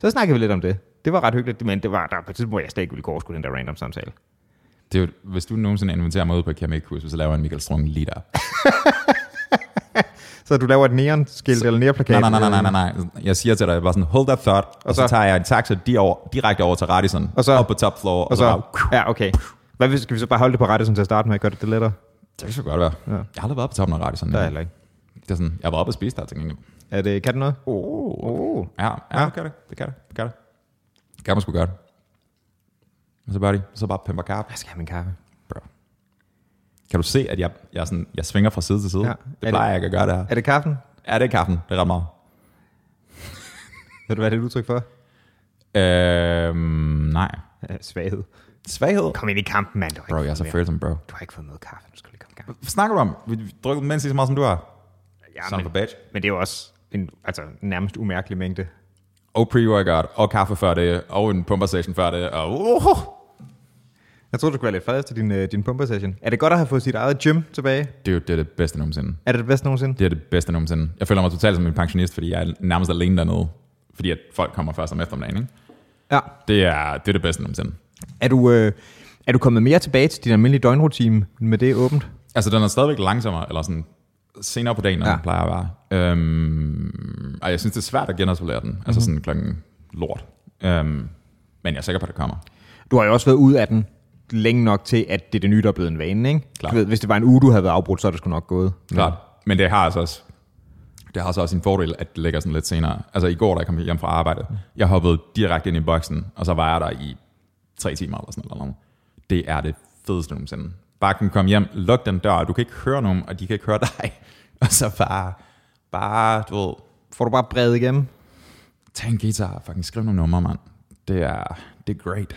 Så snakkede vi lidt om det. Det var ret hyggeligt, men det var der var på et tidspunkt, hvor jeg slet ikke ville gå overskue den der random samtale.
Det er jo, hvis du nogensinde inviterer mig ud på et keramikkursus, så laver jeg en Michael Strong lige der.
Så du laver et neon-skilt eller
Nej,
neonplakat?
nej, nej, nej, nej, nej. Jeg siger til dig bare sådan, hold that thought, og, og så,
så-
så, tager jeg en taxa di- over, direkte over til Radisson,
Og så-
op på top floor, og,
Og
så,
så,
bare,
ja, okay. Hvad hvis, skal vi så bare holde det på rette, som til at starte med? Gør det det lettere?
det kan så godt være. Ja. Jeg har aldrig været på toppen af Radisson.
Der er heller ikke.
Det er sådan, jeg var oppe og spise der, og tænkte,
Er det, kan det noget?
oh,
Oh.
ja, ja, det kan det, det kan det, det kan det. Det kan man sgu gøre det. Og så bare de, så bare pimper karp.
Jeg skal have min kaffe.
Bro. Kan du se, at jeg, jeg, er sådan, jeg svinger fra side til side?
Ja.
Ja.
Er
Det plejer
det-
jeg ikke at gøre det her.
Er det kaffen?
Er det kaffen? Det er ret meget.
Ved du, hvad det er et udtryk for?
Øhm, nej.
Øh, svaghed.
Svaghed?
Kom ind i kampen, mand. Du har,
Bro,
ikke
jeg er så
fået mere.
følsom, bro.
du har ikke fået noget kaffe. Du skal lige komme i gang.
Hvad snakker du om? Vi vi drukker mindst lige så meget, som du har.
Ja,
Sådan for
men,
badge.
men, det er jo også en altså, nærmest umærkelig mængde.
Og pre-workout, og kaffe før det, og en pumper session før det, og uh,
Jeg tror du skulle være lidt fadest til din, øh, din pumper-session. Er det godt at have fået sit eget gym tilbage?
det, er jo- det er det bedste nogensinde.
Er det det bedste nogensinde?
Det er det bedste nogensinde. Jeg føler mig totalt som en pensionist, fordi jeg er nærmest alene dernede. Fordi at folk kommer først om eftermiddagen, ikke?
Ja.
Det er det, er det bedste nogensinde.
Er du, øh, er du kommet mere tilbage til din almindelige døgnrutine med det åbent?
Altså, den er stadigvæk langsommere, eller sådan senere på dagen, når
Ja.
ja. den plejer at være. Øhm, og jeg synes, det er svært at genetablere den. Altså sådan klokken lort. Øhm, men jeg er sikker på, at det kommer.
Du har jo også været ude af den længe nok til, at det er det nye, der er blevet en vane, ikke?
Klart.
Du ved, hvis det var en uge, du havde været afbrudt, så er det sgu nok gået.
Klart. Men det har altså også det har altså også en fordel, at det ligger sådan lidt senere. Altså i går, da jeg kom hjem fra arbejde, jeg hoppede direkte ind i boksen, og så var jeg der i tre timer eller sådan noget. Det er det fedeste nogensinde. Bare kunne komme hjem, luk den dør, og du kan ikke høre nogen, og de kan ikke høre dig. Og så bare, bare, du ved,
Får du bare bredt igennem?
tag en guitar og fucking skriv nogle numre, mand. Det er, det er great.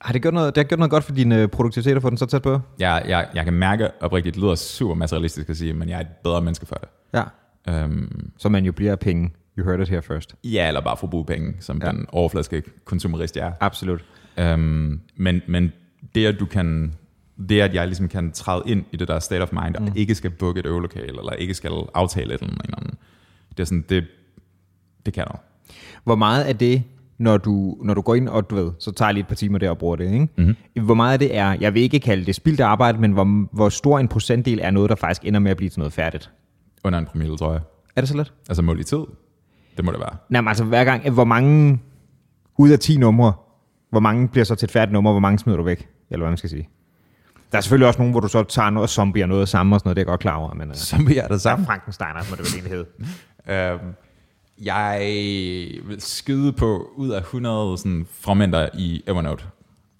Har det, gjort noget, det har gjort noget godt for din øh, produktivitet at få den så tæt på?
Jeg, jeg, jeg kan mærke oprigtigt, det lyder super materialistisk at sige, men jeg er et bedre menneske for det.
Ja.
Øhm,
Så man jo bliver af penge. You heard it here first.
ja, eller bare forbruge penge, som
Ja.
ja. den overfladiske konsumerist jeg er.
Absolut.
Øhm, men, men det at du kan, det at jeg ligesom kan træde ind i det der state of mind, og mm. ikke skal booke et øvelokale, eller ikke skal aftale et eller andet, det er sådan, det, det kan jeg.
Hvor meget af det, når du, når du går ind, og du ved, så tager jeg lige et par timer der og bruger det, ikke? Mm-hmm. Hvor meget af det er, jeg vil ikke kalde det spildt arbejde, men hvor, hvor stor en procentdel er noget, der faktisk ender med at blive til noget færdigt?
Under en promille, tror jeg.
Er det så let?
Altså mål i tid, det må det være.
Nej, men altså hver gang, hvor mange ud af 10 numre, hvor mange bliver så til et færdigt nummer, hvor mange smider du væk? Eller hvad man skal sige. Der er selvfølgelig også nogen, hvor du så tager noget zombie og noget sammen og sådan noget, det er jeg godt klar over, men... Øh,
Som vi er der sammen.
Frankensteiner må det vel egentlig hedde.
Øhm, jeg vil skyde på ud af 100 sådan, fragmenter i Evernote, right?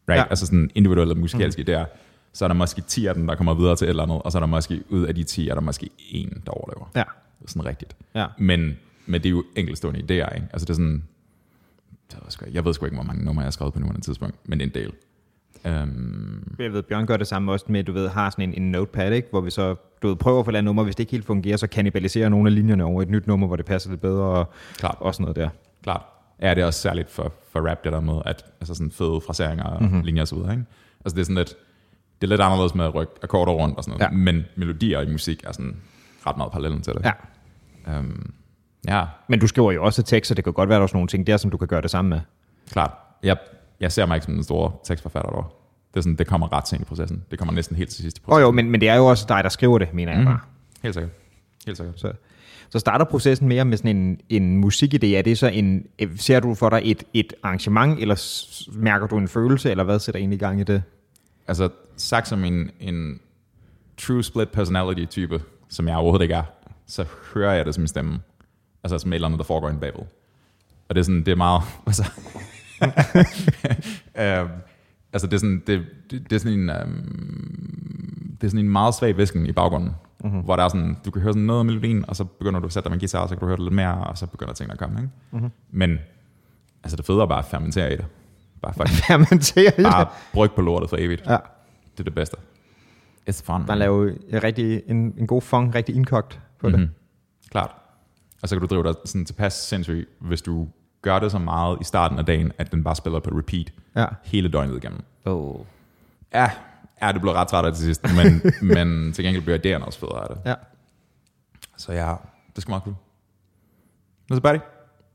Ja.
Ja. Altså sådan individuelle og musikalske mm. der, så er der måske 10 af dem, der kommer videre til et eller andet, og så er der måske ud af de 10, er der måske en, der overlever.
Ja.
Sådan rigtigt.
Ja.
Men, men det er jo enkeltstående idéer, ikke? Altså det er sådan, det ved jeg, sgu ikke. jeg ved sgu ikke, hvor mange numre jeg har skrevet på nuværende tidspunkt, men det er en del. Øhm,
Jeg ved, Bjørn gør det samme også med, du ved, har sådan en, en notepad, ikke? hvor vi så du ved, prøver at få lavet nummer, hvis det ikke helt fungerer, så kannibaliserer nogle af linjerne over et nyt nummer, hvor det passer lidt bedre, og,
Klart.
og sådan noget der.
klart. Ja, det er også særligt for, for rap, det der med, at altså sådan fede fraseringer og
Mhm.
mm-hmm. linjer og så videre, ikke? Altså det er sådan lidt, det er lidt anderledes med at rykke akkorder rundt og sådan noget,
Ja.
ja. men melodier i musik er sådan ret meget parallellen til det.
Ja.
Øhm, ja,
Men du skriver jo også tekst, så det kan godt være, at der er sådan nogle ting der, som du kan gøre det samme med.
klart. Jeg, jeg ser mig ikke som den store tekstforfatter dog. Det, er sådan, det kommer ret sent i processen. Det kommer næsten helt til sidst i
Åh
processen.
oh, jo, men, men det er jo også dig, der skriver det, mener
Mhm.
jeg bare.
Helt sikkert. Helt sikkert.
Så, så starter processen mere med sådan en, en musikidé. Er det så en, øh, ser du for dig et, et arrangement, eller s- mærker du en følelse, eller hvad sætter egentlig i gang i det?
Altså sagt som en, en true split personality type, som jeg overhovedet ikke er, så hører jeg det som en stemme. Altså som et eller andet, der foregår inde bagved. Og det er sådan, det er meget... Altså, øhm, altså det er sådan, det, det, det er sådan en... Øhm, det er sådan en meget svag væsken i baggrunden, mm-hmm. hvor der er sådan, du kan høre sådan noget af melodien, og så begynder du at sætte dig med en guitar, og så kan du høre det lidt mere, og så begynder tingene at komme, ikke? Mm-hmm. Men altså det fede er bare at fermentere i det. Bare fucking
Fermenterer i det?
bare bryg på lortet for evigt.
Ja.
Det er det bedste. It's fun.
Bare lave en rigtig, en, en god fong, rigtig indkogt på det.
Mhm. Klart. Og så kan du drive dig sådan tilpas sindssygt, hvis du gør det så meget i starten af dagen, at den bare spiller på repeat
Ja.
hele døgnet igennem.
Oh.
Ja, ja det blev ret træt af det til sidst, men, men til gengæld bliver idéerne også federe af det.
Ja.
Så ja, det skal meget cool. Nu så bare det.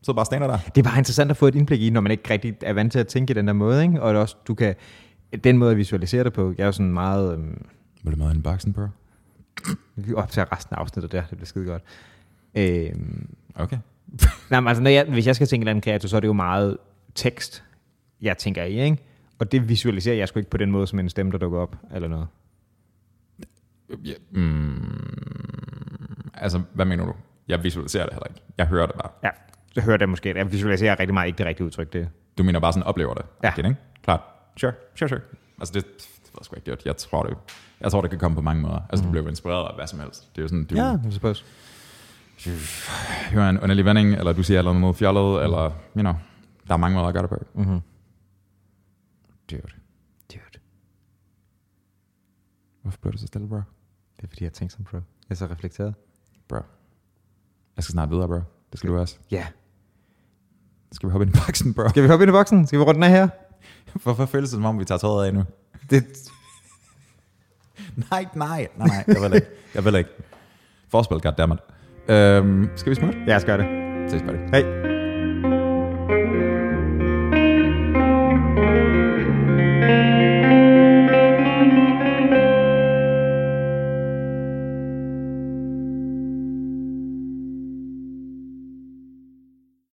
Så bare stander der.
Det er bare interessant at få et indblik i, når man ikke rigtig er vant til at tænke i den der måde, ikke? og det er også, du kan, den måde at visualisere det på, jeg er jo sådan meget, øhm,
Vil du med en baksen, bro?
vi optager resten af afsnittet der, det bliver skide godt. Øhm,
Okay.
nej, men altså, når jeg, hvis jeg skal tænke et eller andet kreativt, så er det jo meget tekst, jeg tænker i, ikke? Og det visualiserer jeg sgu ikke på den måde, som en stemme, der dukker op, eller noget.
Ja, mm, altså, hvad mener du? Jeg visualiserer det heller ikke. Jeg hører det bare.
Ja, så hører det måske, jeg visualiserer rigtig meget ikke det rigtige udtryk, det
Du mener bare sådan, oplever det?
Ja.
Okay, ikke? Klart. Sure, sure, sure. Altså det, det ved jeg sgu ikke, det- jeg tror det, jeg tror, det kan komme på mange måder. Altså mm. du bliver jo inspireret af hvad som helst. Det er jo sådan, du ja.
jeg suppose.
hører en underlig vending, eller du siger et eller andet noget fjollet, eller, you know, der er mange måder at gøre det på. Mm-hmm. Dude,
Mhm. Dude,
hvorfor blev du så stille, bro?
det er fordi, jeg tænker som pro. Jeg er så reflekteret.
Bro. Jeg skal snart videre, bro. Det skal du også.
Ja. Yeah.
Skal vi hoppe ind i baksen, bro?
Skal vi hoppe ind i boksen? Skal vi runde den af her?
Hvorfor føles det, som om vi tager tøjet af nu?
Det,
Nej, nej, nej, nej, jeg vil ikke. Jeg vil ikke. Forspil, goddammit. Øhm, skal vi smutte?
lad os gøre det.
Ses, buddy.
Hej.